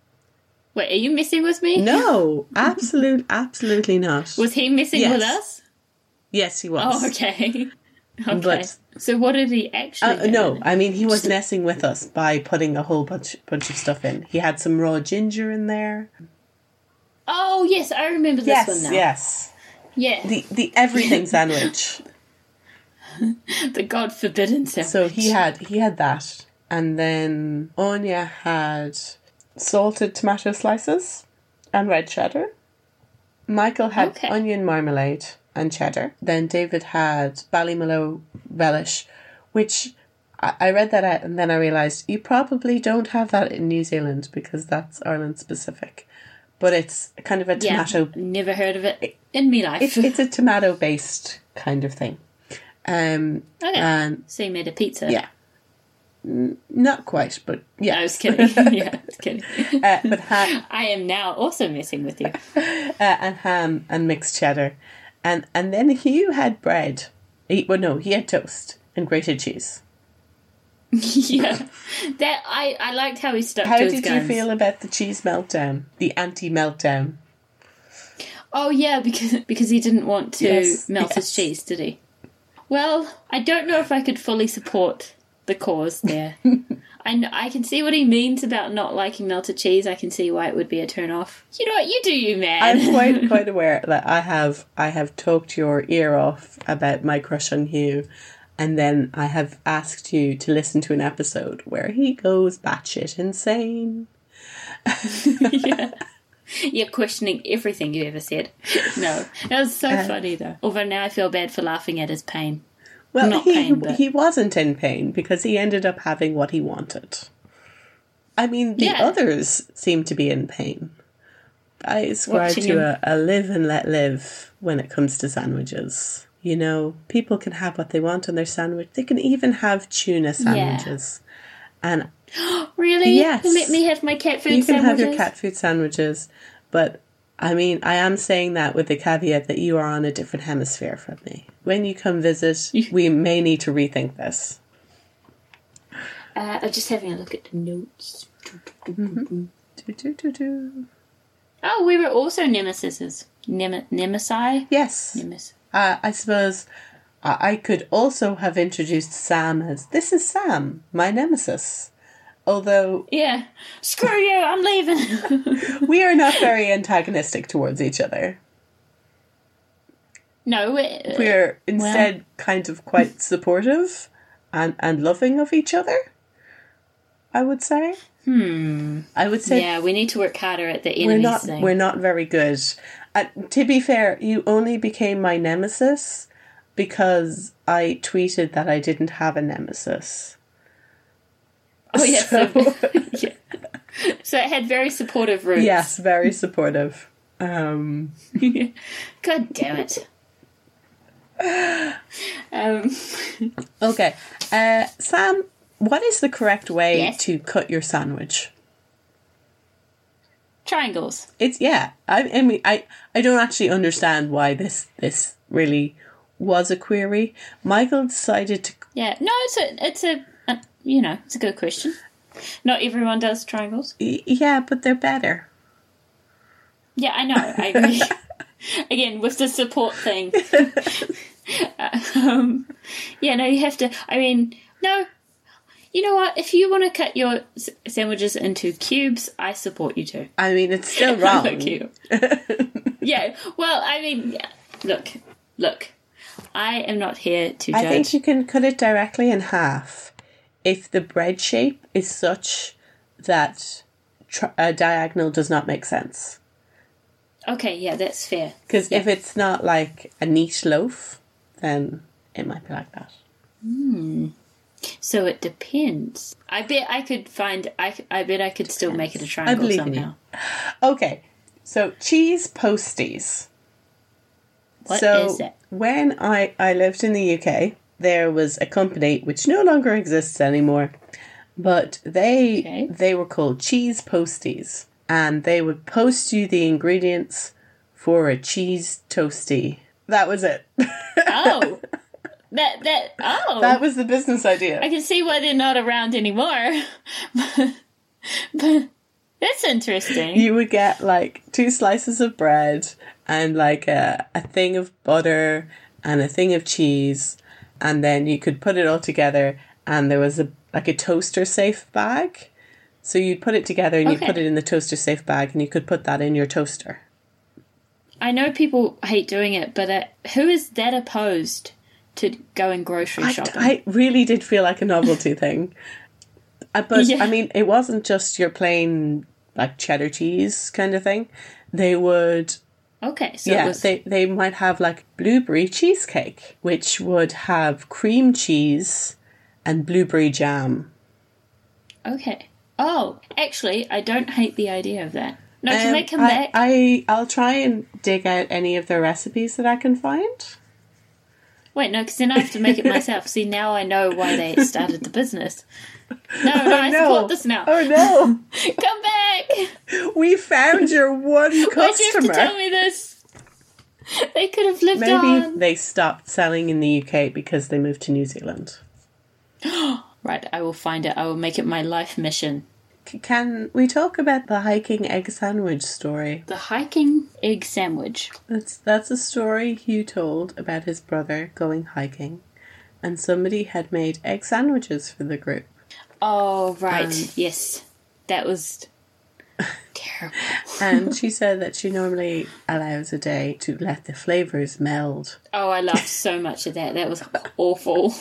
Speaker 2: Wait, are you messing with me?
Speaker 1: no, absolute absolutely not.
Speaker 2: Was he messing
Speaker 1: Yes.
Speaker 2: with us?
Speaker 1: yes, he was.
Speaker 2: Oh, okay. okay.
Speaker 1: But-
Speaker 2: so what did he actually?
Speaker 1: Uh,
Speaker 2: do?
Speaker 1: no, I mean he was messing with us by putting a whole bunch bunch of stuff in. He had some raw ginger in there.
Speaker 2: Oh yes, I remember this one
Speaker 1: Yes,
Speaker 2: now.
Speaker 1: yes.
Speaker 2: Yeah. The,
Speaker 1: The the everything sandwich.
Speaker 2: God forbidden sandwich.
Speaker 1: So he had he had that, and then Anya had salted tomato slices and red cheddar. Michael had
Speaker 2: Okay.
Speaker 1: onion marmalade and cheddar. Then David had Ballymaloe relish, which I, I read that out and then I realised you probably don't have that in New Zealand because that's Ireland specific. But it's kind of a
Speaker 2: yeah.
Speaker 1: tomato
Speaker 2: Never heard of it in me life.
Speaker 1: it's, it's a tomato based kind of thing. Um
Speaker 2: okay.
Speaker 1: and
Speaker 2: so he made a pizza.
Speaker 1: yeah. N- Not quite, but yeah.
Speaker 2: I was kidding. yeah, I was kidding.
Speaker 1: uh, but ham
Speaker 2: I am now also messing with you.
Speaker 1: uh, and ham and mixed cheddar, and and then Hugh had bread. He, well, no, he had toast and grated cheese.
Speaker 2: yeah. That I I liked how he stuck
Speaker 1: How
Speaker 2: to his
Speaker 1: did
Speaker 2: guns.
Speaker 1: you feel about the cheese meltdown? The anti meltdown.
Speaker 2: Oh yeah, because because he didn't want to
Speaker 1: Yes,
Speaker 2: melt
Speaker 1: yes.
Speaker 2: his cheese, did he? Well, I don't know if I could fully support the cause there. I kn- I can see what he means about not liking melted cheese. I can see why it would be a turn off. You know what? You do you, man.
Speaker 1: I'm quite quite aware that I have I have talked your ear off about my crush on Hugh, and then I have asked you to listen to an episode where he goes batshit insane.
Speaker 2: yeah. You're questioning everything you ever said. No, that was so
Speaker 1: Uh,
Speaker 2: funny though. Although now I feel bad for laughing at his pain.
Speaker 1: Well,
Speaker 2: Not
Speaker 1: he,
Speaker 2: pain, but-
Speaker 1: he wasn't in pain because he ended up having what he wanted. I mean, the
Speaker 2: Yeah.
Speaker 1: others seem to be in pain. I ascribe
Speaker 2: Watching
Speaker 1: to a, a live and let live when it comes to sandwiches. You know, people can have what they want on their sandwich. They can even have tuna sandwiches. And
Speaker 2: Really?
Speaker 1: Yes.
Speaker 2: Let me have my cat food
Speaker 1: you can have
Speaker 2: sandwiches.
Speaker 1: your cat food sandwiches. But I mean, I am saying that with the caveat that you are on a different hemisphere from me. When you come visit, we may need to rethink this.
Speaker 2: Uh, I'm just having a look at the notes.
Speaker 1: Do, do, do, do.
Speaker 2: Oh, we were also nemesises. Nem- nemesi?
Speaker 1: Yes.
Speaker 2: Nemes.
Speaker 1: Uh, I suppose uh, I I could also have introduced Sam as this is Sam, my nemesis. Although
Speaker 2: Yeah. Screw you, I'm leaving.
Speaker 1: we are not very antagonistic towards each other.
Speaker 2: no, we
Speaker 1: We're instead kind of quite supportive and, and loving of each other, I would say.
Speaker 2: Hmm.
Speaker 1: I would say
Speaker 2: Yeah, we need to work harder at the
Speaker 1: we're
Speaker 2: enemies
Speaker 1: not
Speaker 2: thing.
Speaker 1: we're not very good. Uh, to be fair, you only became my nemesis because I tweeted that I didn't have a nemesis.
Speaker 2: Oh yes. So,
Speaker 1: So-
Speaker 2: yeah. so it had very supportive roots.
Speaker 1: Yes, very supportive. Um,
Speaker 2: God damn it. Um,
Speaker 1: okay, uh, Sam, what is the correct way
Speaker 2: Yes?
Speaker 1: to cut your sandwich?
Speaker 2: triangles.
Speaker 1: It's yeah. I, I mean, I I don't actually understand why this this really was a query. Michael decided to
Speaker 2: Yeah. No, it's a it's a uh, you know it's a good question. Not everyone does triangles.
Speaker 1: y- yeah, but they're better.
Speaker 2: Yeah, I know. I agree. Again, with the support thing. um, yeah, no, you have to. I mean, no. You know what? If you want to cut your s- sandwiches into cubes, I support you too.
Speaker 1: I mean, it's still wrong.
Speaker 2: Fuck you. yeah. Well, I mean, yeah. look, look. I am not here to
Speaker 1: I
Speaker 2: judge.
Speaker 1: think you can cut it directly in half if the bread shape is such that tri- a diagonal does not make sense.
Speaker 2: okay. Yeah, that's fair.
Speaker 1: Because if it's not like a neat loaf, then it might be like that.
Speaker 2: So it depends. I bet I could find. I, c- I bet I could still make it a triangle
Speaker 1: believe in you.
Speaker 2: somehow.
Speaker 1: Okay, so cheese posties.
Speaker 2: What is
Speaker 1: so
Speaker 2: that?
Speaker 1: when I, I lived in the UK, there was a company which no longer exists anymore, but they
Speaker 2: Okay.
Speaker 1: they were called cheese posties, and they would post you the ingredients for a cheese toasty. That was it.
Speaker 2: Oh, that that. Oh,
Speaker 1: that was the business idea.
Speaker 2: I can see why they're not around anymore. but, but that's interesting.
Speaker 1: you would get like two slices of bread and like a, a thing of butter and a thing of cheese and then you could put it all together and there was a like a toaster safe bag so you'd put it together and
Speaker 2: Okay.
Speaker 1: you put it in the toaster safe bag and you could put that in your toaster
Speaker 2: I know people hate doing it, but uh, who is that opposed to going grocery
Speaker 1: I,
Speaker 2: shopping?
Speaker 1: I really did feel like a novelty thing Uh, but
Speaker 2: Yeah.
Speaker 1: i mean it wasn't just your plain like cheddar cheese kind of thing they would
Speaker 2: okay, so
Speaker 1: yeah,
Speaker 2: it was,
Speaker 1: they they might have like blueberry cheesecake, which would have cream cheese and blueberry jam.
Speaker 2: okay. Oh, actually, I don't hate the idea of that. No, can
Speaker 1: Um,
Speaker 2: they come
Speaker 1: I,
Speaker 2: back?
Speaker 1: I I'll try and dig out any of their recipes that I can find.
Speaker 2: Wait, no, because then I have to make it myself. See, now I know why they started the business. No, no, I support this now.
Speaker 1: Oh
Speaker 2: Come back!
Speaker 1: no! we found your one
Speaker 2: Why'd you have to tell
Speaker 1: customer.
Speaker 2: me this? They could have lived
Speaker 1: Maybe
Speaker 2: on.
Speaker 1: they stopped selling in the UK because they moved to New Zealand.
Speaker 2: Right, I will find it. I will make it my life mission.
Speaker 1: C- Can we talk about the hiking egg sandwich story?
Speaker 2: The hiking egg sandwich.
Speaker 1: That's that's a story Hugh told about his brother going hiking, and somebody had made egg sandwiches for the group.
Speaker 2: Oh right,
Speaker 1: Um,
Speaker 2: yes, that was terrible.
Speaker 1: And she said that she normally allows a day to let the flavors meld.
Speaker 2: Oh, I laughed so much at that. That was awful.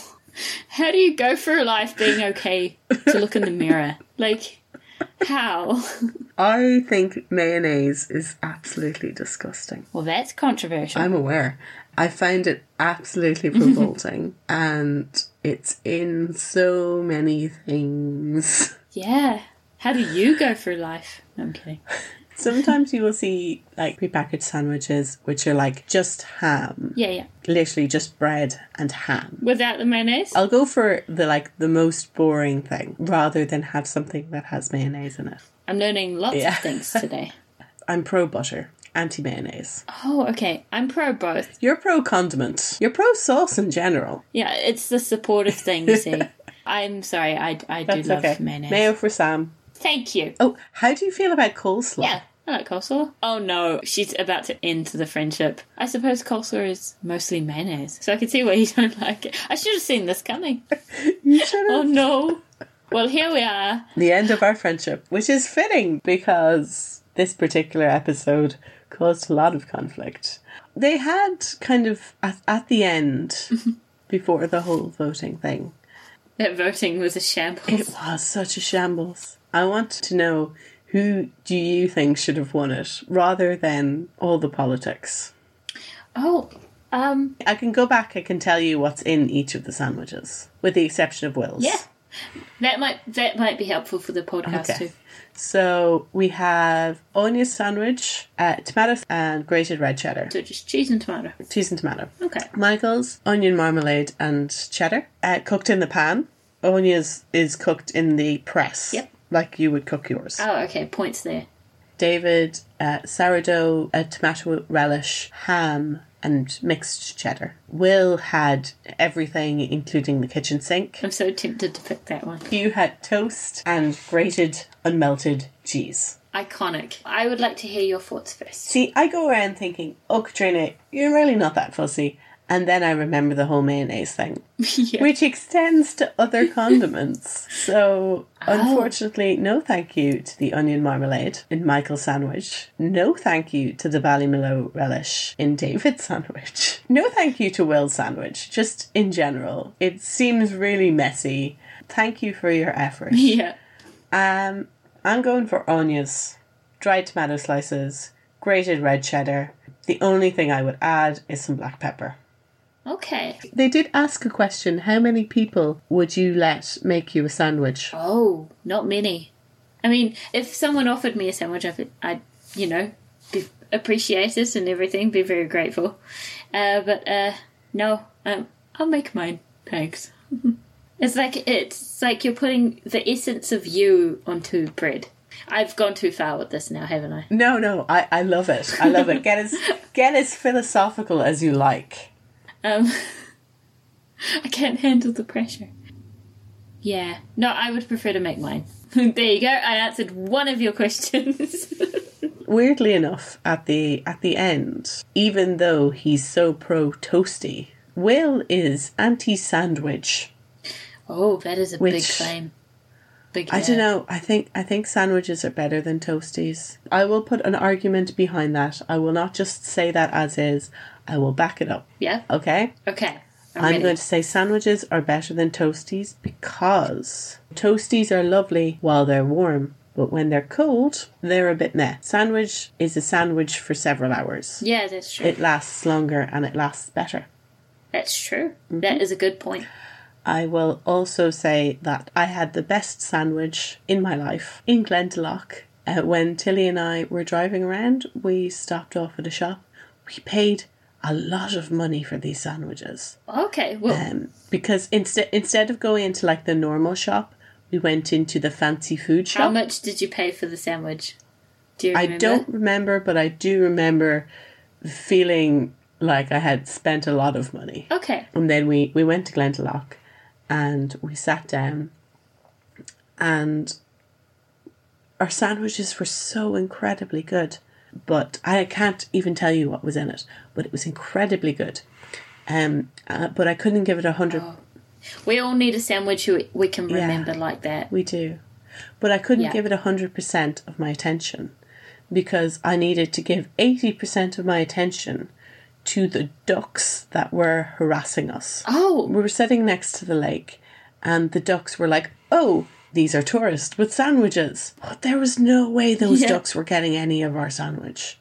Speaker 2: How do you go through life being okay to look in the mirror? Like, how?
Speaker 1: I think mayonnaise is absolutely disgusting.
Speaker 2: Well, that's controversial.
Speaker 1: I'm aware. I found it absolutely revolting, and it's in so many things.
Speaker 2: yeah. How do you go through life? No, I'm kidding.
Speaker 1: Sometimes you will see like prepackaged sandwiches which are like just ham,
Speaker 2: Yeah, yeah.
Speaker 1: literally just bread and ham.
Speaker 2: Without the mayonnaise.
Speaker 1: I'll go for the like the most boring thing rather than have something that has mayonnaise in it.
Speaker 2: I'm learning lots
Speaker 1: Yeah.
Speaker 2: of things today.
Speaker 1: I'm pro butter, anti mayonnaise.
Speaker 2: Oh, okay. I'm pro both.
Speaker 1: You're pro condiment. You're pro sauce in general.
Speaker 2: Yeah, it's the supportive thing, you see. I'm sorry, I, I do love mayonnaise.
Speaker 1: Mayo for Sam.
Speaker 2: Thank you.
Speaker 1: Oh, how do you feel about coleslaw?
Speaker 2: Yeah, I like coleslaw. Oh no, she's about to end the friendship. I suppose coleslaw is mostly mayonnaise, so I can see why you don't like it. I should have seen this coming.
Speaker 1: You should have-
Speaker 2: Oh no. Well, here we are.
Speaker 1: The end of our friendship, which is fitting because this particular episode caused a lot of conflict. They had kind of at, at the end, before the whole voting thing,
Speaker 2: That voting was a shambles.
Speaker 1: It was such a shambles. I want to know who do you think should have won it rather than all the politics.
Speaker 2: Oh, Um,
Speaker 1: I can go back, I can tell you what's in each of the sandwiches, with the exception of Will's.
Speaker 2: yeah, that might that might be helpful for the podcast
Speaker 1: Okay.
Speaker 2: too.
Speaker 1: So we have onion sandwich, uh, tomatoes, and grated red cheddar.
Speaker 2: So just cheese and tomato.
Speaker 1: Cheese and tomato.
Speaker 2: Okay.
Speaker 1: Michael's onion marmalade and cheddar uh, cooked in the pan. Onions is cooked in the press.
Speaker 2: Yep.
Speaker 1: Like you would cook yours.
Speaker 2: Oh, okay. Points there.
Speaker 1: David, uh, sourdough, a tomato relish, ham, and mixed cheddar. Will had everything, including the kitchen sink.
Speaker 2: I'm so tempted to pick that one.
Speaker 1: You had toast and grated unmelted cheese.
Speaker 2: Iconic. I would like to hear your thoughts first.
Speaker 1: See, I go around thinking, oh, Katrina, you're really not that fussy. And then I remember the whole mayonnaise thing,
Speaker 2: yeah.
Speaker 1: which extends to other condiments. So, unfortunately, no thank you to the onion marmalade in Michael's sandwich. No thank you to the Ballymaloe relish in David's sandwich. No thank you to Will's sandwich, just in general. It seems really messy. Thank you for your effort.
Speaker 2: Yeah.
Speaker 1: Um, I'm going for onions, dried tomato slices, grated red cheddar. The only thing I would add is some black pepper.
Speaker 2: Okay.
Speaker 1: They did ask a question how many people would you let make you a sandwich?
Speaker 2: Oh, not many. I mean, if someone offered me a sandwich, I'd, I'd you know, be, appreciate it and everything, be very grateful. Uh, but uh, no, um, I'll make mine. Thanks. it's like it's like you're putting the essence of you onto bread. I've gone too far with this now, haven't I?
Speaker 1: No, no, I, I love it. I love it. Get as get as philosophical as you like.
Speaker 2: Um, I can't handle the pressure. Yeah. No, I would prefer to make mine. there you go. I answered one of your questions.
Speaker 1: Weirdly enough, at the at the end, even though he's so pro toasty, Will is anti sandwich.
Speaker 2: Oh, that is a big
Speaker 1: Which-
Speaker 2: claim. Big.
Speaker 1: I
Speaker 2: yeah.
Speaker 1: don't know. I think I think sandwiches are better than toasties. I will put an argument behind that. I will not just say that as is. I will back it up.
Speaker 2: Yeah.
Speaker 1: Okay?
Speaker 2: Okay. I'm,
Speaker 1: I'm
Speaker 2: ready.
Speaker 1: going to say sandwiches are better than toasties because toasties are lovely while they're warm, but when they're cold, they're a bit meh. Sandwich is a sandwich for several hours.
Speaker 2: Yeah, that's true.
Speaker 1: It lasts longer and it lasts better.
Speaker 2: that's true.
Speaker 1: Mm-hmm.
Speaker 2: That is a good point.
Speaker 1: I will also say that I had the best sandwich in my life in Glendalough. Uh, when Tilly and I were driving around, we stopped off at a shop. We paid a lot of money for these sandwiches
Speaker 2: Okay. Well,
Speaker 1: um, because instead instead of going into like the normal shop, we went into the fancy food
Speaker 2: how
Speaker 1: shop.
Speaker 2: much did you pay for the sandwich? Do you
Speaker 1: I
Speaker 2: remember?
Speaker 1: don't remember, but I do remember feeling like I had spent a lot of money.
Speaker 2: Okay.
Speaker 1: And then we, we went to Glendalough and we sat down and our sandwiches were so incredibly good. But I can't even tell you what was in it, but it was incredibly good. Um, uh, but I couldn't give it a hundred.
Speaker 2: We all need a sandwich who we can remember like that.
Speaker 1: We do, but I couldn't
Speaker 2: Yeah.
Speaker 1: give it a hundred percent of my attention because I needed to give eighty percent of my attention to the ducks that were harassing us.
Speaker 2: Oh,
Speaker 1: we were sitting next to the lake and the ducks were like, oh, these are tourists with sandwiches. But there was no way those
Speaker 2: Yeah.
Speaker 1: ducks were getting any of our sandwich.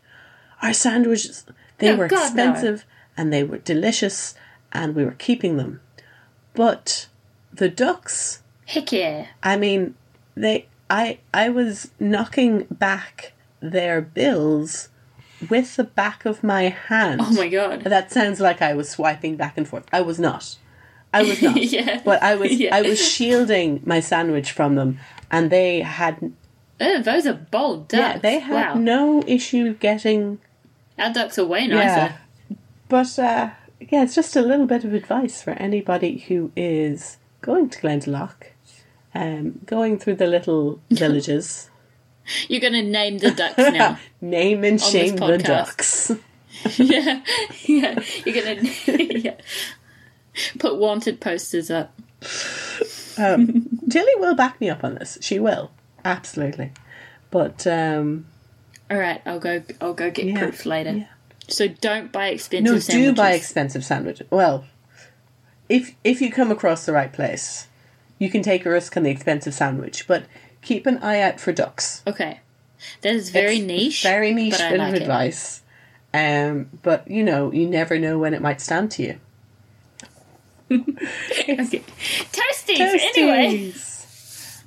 Speaker 1: Our sandwiches, they
Speaker 2: No,
Speaker 1: were
Speaker 2: Oh, God, no.
Speaker 1: expensive and they were delicious and we were keeping them. But the ducks,
Speaker 2: heck yeah.
Speaker 1: I mean, they, I, I was knocking back their bills with the back of my hand.
Speaker 2: Oh my god.
Speaker 1: That sounds like I was swiping back and forth. I was not. I was not.
Speaker 2: Yeah.
Speaker 1: But I was
Speaker 2: Yeah.
Speaker 1: I was shielding my sandwich from them and they had
Speaker 2: Oh, those are bold ducks.
Speaker 1: yeah, they had
Speaker 2: wow.
Speaker 1: no issue getting
Speaker 2: Our ducks are way nicer.
Speaker 1: yeah. But uh yeah, it's just a little bit of advice for anybody who is going to Glendalough, um, going through the little villages.
Speaker 2: You're going to name the ducks now.
Speaker 1: Name and shame the
Speaker 2: podcast.
Speaker 1: ducks.
Speaker 2: yeah, yeah. You're gonna yeah. put wanted posters up.
Speaker 1: Tilly will back me up on this. She will. Absolutely. But um
Speaker 2: All right, I'll go. I'll go get
Speaker 1: Yeah,
Speaker 2: proof later.
Speaker 1: yeah.
Speaker 2: So don't buy expensive
Speaker 1: No,
Speaker 2: sandwiches.
Speaker 1: do buy expensive sandwiches. Well, if if you come across the right place, you can take a risk on the expensive sandwich, but keep an eye out for ducks.
Speaker 2: okay, that is very niche.
Speaker 1: Very niche
Speaker 2: but I
Speaker 1: bit
Speaker 2: like
Speaker 1: of
Speaker 2: it.
Speaker 1: advice. Um, but you know, you never know when it might stand to you.
Speaker 2: Okay. Toasties, anyway.
Speaker 1: Toasties.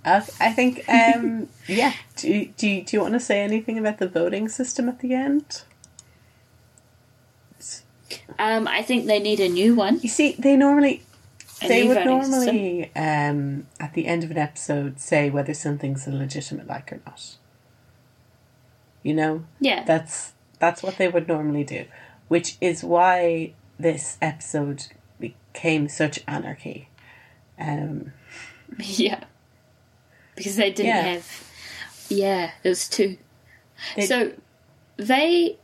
Speaker 1: I, I think, um, yeah. Do, you- do, you- do you want to say anything about the voting system at the end?
Speaker 2: Um, I think they need a new one.
Speaker 1: You see, they normally
Speaker 2: A
Speaker 1: they
Speaker 2: new
Speaker 1: would
Speaker 2: voting system.
Speaker 1: normally um, at the end of an episode say whether something's a legitimate like or not. You know,
Speaker 2: Yeah.
Speaker 1: that's that's what they would normally do, which is why this episode became such anarchy. Um,
Speaker 2: Yeah. Because they didn't
Speaker 1: Yeah.
Speaker 2: have. Yeah, it was two.
Speaker 1: They-
Speaker 2: so they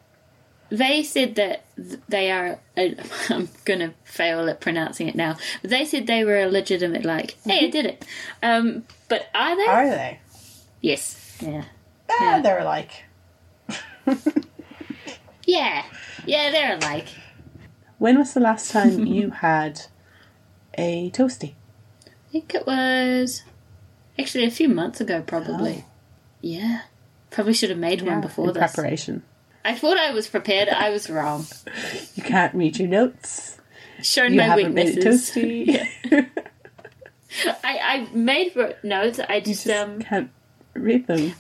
Speaker 2: they said that th- they are. uh, I'm gonna fail at pronouncing it now. But they said they were a legitimate. Like, hey, I did it. Um, but are they?
Speaker 1: Mm-hmm. are they?
Speaker 2: yes. Yeah.
Speaker 1: Ah,
Speaker 2: Yeah.
Speaker 1: They're like.
Speaker 2: Yeah. Yeah, they're alike.
Speaker 1: When was the last time you had a toasty?
Speaker 2: I think it was actually a few months ago, probably. Yeah. Probably should have made one before
Speaker 1: Oh. in
Speaker 2: this.
Speaker 1: preparation.
Speaker 2: I thought I was prepared. I was wrong.
Speaker 1: You can't read your notes.
Speaker 2: Shown
Speaker 1: You
Speaker 2: my
Speaker 1: haven't made a
Speaker 2: weaknesses.
Speaker 1: toasty.
Speaker 2: I, I made ro- notes. I
Speaker 1: you
Speaker 2: just,
Speaker 1: just
Speaker 2: um
Speaker 1: can't read them.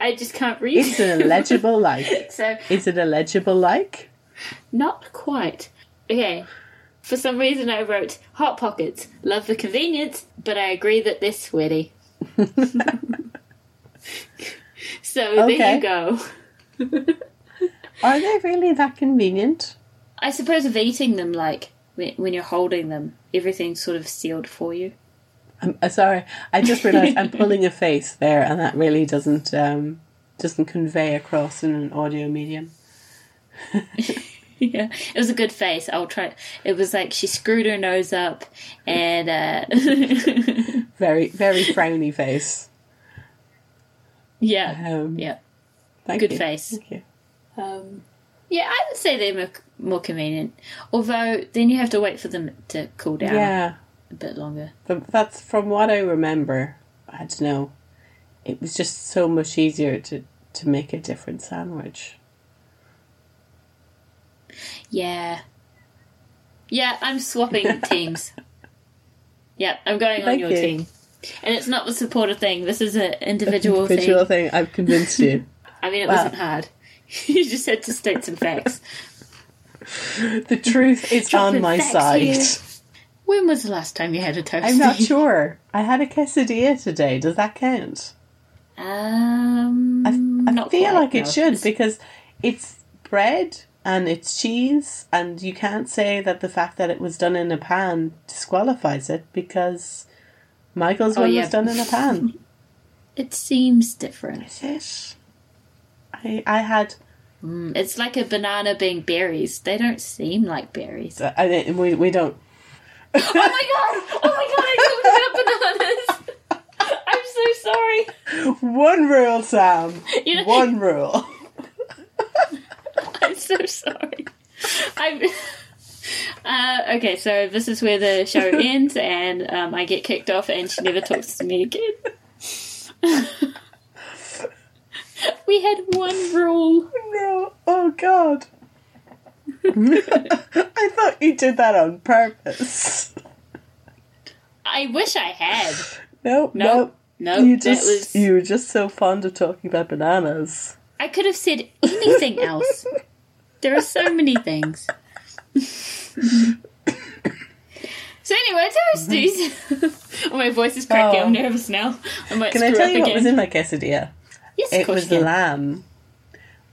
Speaker 2: I just can't read.
Speaker 1: It's an
Speaker 2: them.
Speaker 1: illegible like.
Speaker 2: so
Speaker 1: Is it illegible like?
Speaker 2: not quite. Okay. For some reason, I wrote hot pockets. Love the convenience, but I agree that they're sweaty. so there
Speaker 1: Okay.
Speaker 2: you go.
Speaker 1: Are they really that convenient?
Speaker 2: I suppose of eating them, like when, when you're holding them, everything's sort of sealed for you.
Speaker 1: I'm uh, sorry. I just realised I'm pulling a face there, and that really doesn't um, doesn't convey across in an audio medium.
Speaker 2: Yeah, it was a good face. I'll try. It was like she screwed her nose up, and uh,
Speaker 1: Very very frowny face.
Speaker 2: yeah,
Speaker 1: Um,
Speaker 2: yeah,
Speaker 1: thank
Speaker 2: good
Speaker 1: you.
Speaker 2: face.
Speaker 1: Thank you.
Speaker 2: Um, yeah, I would say they're more, more convenient. Although then you have to wait for them to cool down
Speaker 1: Yeah,
Speaker 2: a bit longer.
Speaker 1: but that's from what I remember. I don't know. It was just so much easier to to make a different sandwich.
Speaker 2: Yeah, yeah, I'm swapping teams. Yep, I'm going on
Speaker 1: Thank
Speaker 2: your
Speaker 1: you.
Speaker 2: team, and it's not the supporter thing. This is an individual thing.
Speaker 1: Individual thing. I've convinced you.
Speaker 2: I mean, it
Speaker 1: Wow.
Speaker 2: wasn't hard. you just had to state some facts.
Speaker 1: the truth is
Speaker 2: Chocolate
Speaker 1: on my
Speaker 2: facts
Speaker 1: side.
Speaker 2: here. When was the last time you had a toasty?
Speaker 1: I'm not sure. I had a quesadilla today. Does that count?
Speaker 2: Um,
Speaker 1: I, I
Speaker 2: not
Speaker 1: feel
Speaker 2: quite,
Speaker 1: like it
Speaker 2: no.
Speaker 1: should because it's bread and it's cheese, and you can't say that the fact that it was done in a pan disqualifies it because Michael's
Speaker 2: Oh,
Speaker 1: one
Speaker 2: yeah.
Speaker 1: was done in a pan.
Speaker 2: It seems different.
Speaker 1: is it? I I had
Speaker 2: Mm, It's like a banana being berries. They don't seem like berries.
Speaker 1: I, uh, I- we we don't
Speaker 2: oh my god! Oh my god! I talked about bananas. I'm so sorry.
Speaker 1: one rule, Sam.
Speaker 2: You know-
Speaker 1: One rule.
Speaker 2: I'm so sorry. I'm. Uh, okay, so this is where the show ends, and um, I get kicked off, and she never talks to me again. we had one rule.
Speaker 1: No. Oh God. I thought you did that on purpose.
Speaker 2: I wish I had.
Speaker 1: Nope.
Speaker 2: No,
Speaker 1: Nope.
Speaker 2: no,
Speaker 1: you
Speaker 2: that
Speaker 1: just
Speaker 2: was.
Speaker 1: you were just so fond of talking about bananas.
Speaker 2: I could have said anything else. there are so many things. so anyway, toasties. oh, my voice is cracking.
Speaker 1: Oh.
Speaker 2: I'm nervous now. I might
Speaker 1: Can I
Speaker 2: screw
Speaker 1: tell
Speaker 2: up
Speaker 1: you
Speaker 2: again.
Speaker 1: what was in my quesadilla?
Speaker 2: yes, of
Speaker 1: It
Speaker 2: course
Speaker 1: was
Speaker 2: you can.
Speaker 1: lamb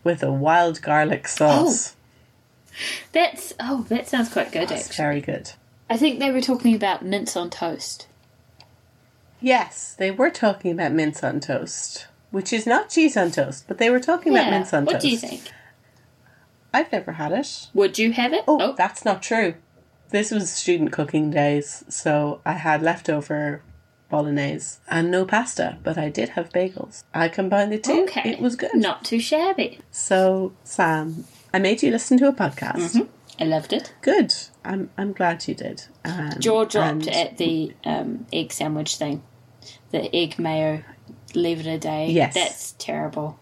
Speaker 1: with a wild garlic
Speaker 2: Oh,
Speaker 1: sauce.
Speaker 2: That's oh, that sounds quite good.
Speaker 1: It's
Speaker 2: Actually,
Speaker 1: very good.
Speaker 2: I think they were talking about mince on toast.
Speaker 1: Yes, they were talking about mince on toast, which is not cheese on toast, but they were talking about mince on
Speaker 2: what
Speaker 1: toast.
Speaker 2: do you think?
Speaker 1: I've never had it.
Speaker 2: Would you have it?
Speaker 1: Oh, that's not true. This was student cooking days, so I had leftover bolognese and no pasta, but I did have bagels. I combined the two.
Speaker 2: okay.
Speaker 1: It was good.
Speaker 2: Not too shabby.
Speaker 1: So, Sam, I made you listen to a
Speaker 2: Mm-hmm.
Speaker 1: podcast.
Speaker 2: I loved it.
Speaker 1: Good. I'm I'm glad you did. Um,
Speaker 2: jaw dropped
Speaker 1: and-
Speaker 2: at the um, egg sandwich thing, the egg mayo. Leave it a day.
Speaker 1: Yes.
Speaker 2: that's terrible.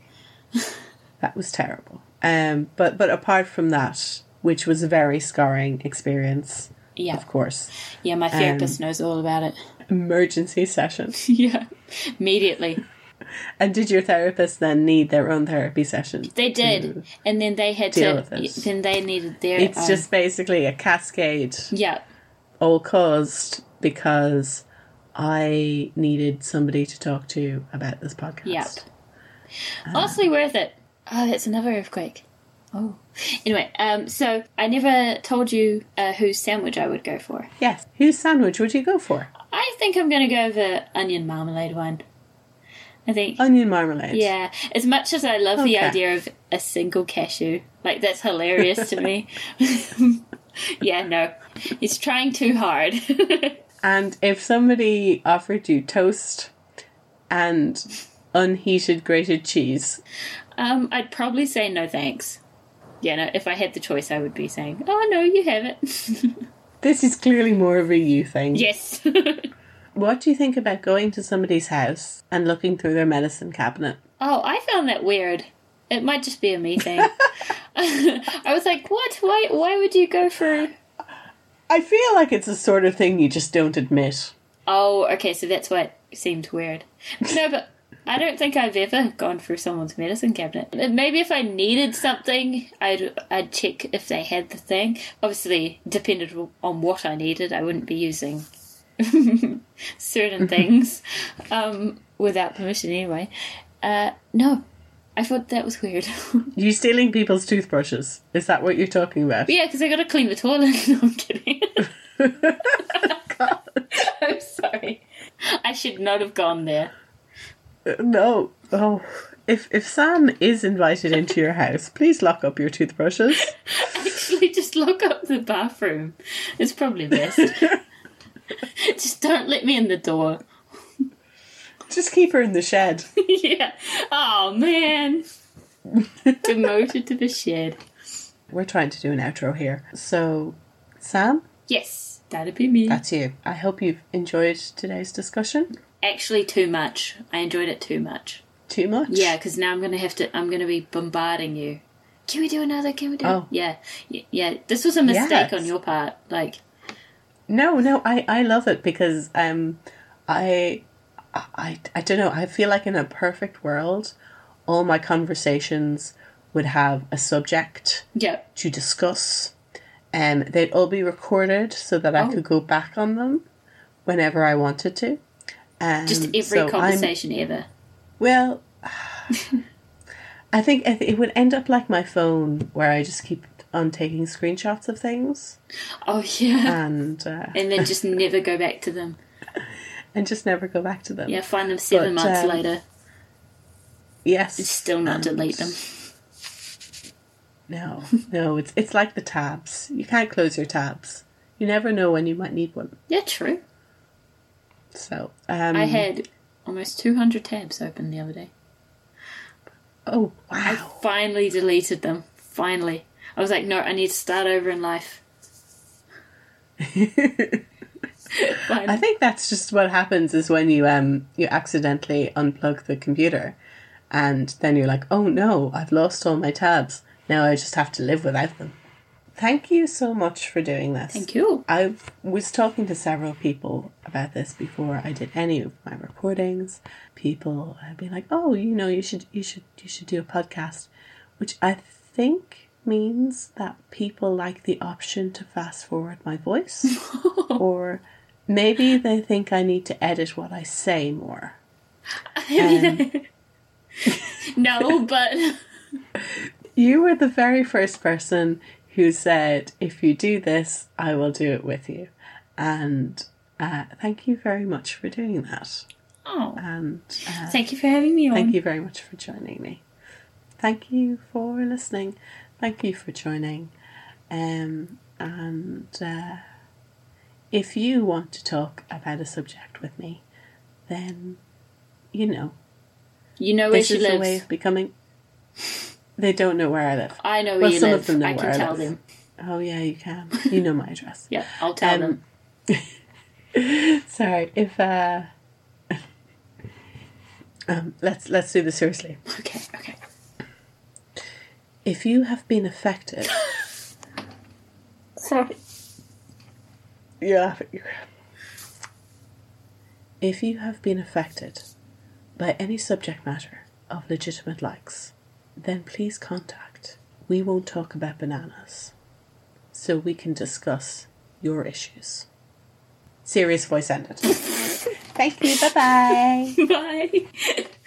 Speaker 1: That was terrible. Um, but but apart from that, which was a very scarring experience,
Speaker 2: Yeah.
Speaker 1: of course,
Speaker 2: Yeah, my therapist knows all about it.
Speaker 1: emergency session.
Speaker 2: yeah. Immediately.
Speaker 1: and did your therapist then need their own therapy session?
Speaker 2: They did.
Speaker 1: to-
Speaker 2: and then they had
Speaker 1: deal
Speaker 2: to
Speaker 1: with it.
Speaker 2: then they needed their
Speaker 1: It's
Speaker 2: own-
Speaker 1: just basically a cascade,
Speaker 2: Yeah.
Speaker 1: all caused because I needed somebody to talk to about this podcast.
Speaker 2: Yep.
Speaker 1: Ah.
Speaker 2: Honestly worth it. Oh, that's another earthquake. Oh. Anyway, um, so I never told you uh, whose sandwich I would go for.
Speaker 1: Yes. Whose sandwich would you go for?
Speaker 2: I think I'm going to go the onion marmalade one. I think.
Speaker 1: Onion marmalade.
Speaker 2: Yeah, as much as I love the
Speaker 1: Oh, Okay.
Speaker 2: idea of a single cashew, like that's hilarious to me. yeah, no, it's trying too hard.
Speaker 1: And if somebody offered you toast and unheated grated cheese,
Speaker 2: um, I'd probably say no thanks. Yeah, no, if I had the choice, I would be saying, oh no, you have it.
Speaker 1: this is clearly more of a you thing.
Speaker 2: yes. Oh,
Speaker 1: What do you think about going to somebody's house and looking through their medicine cabinet?
Speaker 2: Oh, I found that weird. It might just be a me thing. I was like, what? Why? Why would you go for?
Speaker 1: I feel like it's the sort of thing you just don't admit.
Speaker 2: Oh, okay. So that's what seemed weird. No, but I don't think I've ever gone through someone's medicine cabinet. Maybe if I needed something, I'd I'd check if they had the thing. Obviously, depended on what I needed, I wouldn't be using certain things um, without permission anyway. Uh, no, I thought that was weird.
Speaker 1: You stealing people's toothbrushes? Is that what you're talking about?
Speaker 2: Yeah, because I gotta clean the toilet. No, I'm kidding. I'm sorry. I should not have gone there.
Speaker 1: Uh, No. Oh. If if Sam is invited into your house, please lock up your toothbrushes.
Speaker 2: Actually, just lock up the bathroom. It's probably best. just don't let me in the door.
Speaker 1: Just keep her in the shed.
Speaker 2: yeah. Oh man. Demoted to the shed.
Speaker 1: We're trying to do an outro here. So, Sam,
Speaker 2: Yes, that'd be me.
Speaker 1: that's you. I hope you've enjoyed today's discussion.
Speaker 2: Actually, too much. I enjoyed it too much.
Speaker 1: Too much?
Speaker 2: Yeah, because now I'm gonna have to. I'm gonna be bombarding you. Can we do another? Can we do?
Speaker 1: Oh.
Speaker 2: Yeah, Y- yeah. This was a mistake
Speaker 1: Yes.
Speaker 2: on your part. Like,
Speaker 1: No, no, I, I love it because um, I, I, I don't know. I feel like in a perfect world, all my conversations would have a subject
Speaker 2: yeah,
Speaker 1: to discuss. Um, they'd all be recorded so that I
Speaker 2: Oh.
Speaker 1: could go back on them whenever I wanted to. Um,
Speaker 2: just every
Speaker 1: so I'm-
Speaker 2: conversation ever.
Speaker 1: Well, I think it it would end up like my phone, where I just keep on taking screenshots of things
Speaker 2: Oh yeah,
Speaker 1: and uh,
Speaker 2: and then just never go back to them.
Speaker 1: and just never go back to them.
Speaker 2: Yeah, find them seven
Speaker 1: But,
Speaker 2: months
Speaker 1: um,
Speaker 2: later,
Speaker 1: Yes.
Speaker 2: still not
Speaker 1: and-
Speaker 2: delete them.
Speaker 1: No, no. It's it's like the tabs. You can't close your tabs. You never know when you might need one.
Speaker 2: Yeah, true.
Speaker 1: So um,
Speaker 2: I had almost two hundred tabs open the other day.
Speaker 1: Oh
Speaker 2: I
Speaker 1: wow!
Speaker 2: finally deleted them. Finally, I was like, no, I need to start over in life.
Speaker 1: I
Speaker 2: Finally.
Speaker 1: think that's just what happens is when you um you accidentally unplug the computer, and then you're like, oh no, I've lost all my tabs. Now I just have to live without them. Thank you so much for doing this.
Speaker 2: Thank you.
Speaker 1: I was talking to several people about this before I did any of my recordings. People had been like, "Oh, you know, you should, you should, you should do a podcast," which I think means that people like the option to fast forward my voice, or maybe they think I need to edit what I say more. Um,
Speaker 2: No, but
Speaker 1: You were the very first person who said, if you do this, I will do it with you. And uh, thank you very much for doing that.
Speaker 2: oh,
Speaker 1: And uh,
Speaker 2: thank you for having me on.
Speaker 1: thank you very much for joining me. Thank you for listening. Thank you for joining. Um, and uh, if you want to talk about a subject with me, then you know
Speaker 2: You know where
Speaker 1: this
Speaker 2: she
Speaker 1: is a
Speaker 2: lives.
Speaker 1: way of becoming. They don't know where I live.
Speaker 2: I know where
Speaker 1: Well,
Speaker 2: you
Speaker 1: some
Speaker 2: live.
Speaker 1: of them know
Speaker 2: I can
Speaker 1: where I
Speaker 2: tell
Speaker 1: live.
Speaker 2: them.
Speaker 1: Oh yeah, you can. You know my address.
Speaker 2: Yeah, I'll tell
Speaker 1: Um,
Speaker 2: them.
Speaker 1: Sorry, if uh, um, let's let's do this seriously.
Speaker 2: Okay, okay.
Speaker 1: If you have been affected,
Speaker 2: Sorry.
Speaker 1: you're laughing. you're laughing. If you have been affected by any subject matter of legitimate likes, then please contact. We won't talk about bananas, so we can discuss your issues. Serious voice ended. Thank you. Bye bye.
Speaker 2: Bye.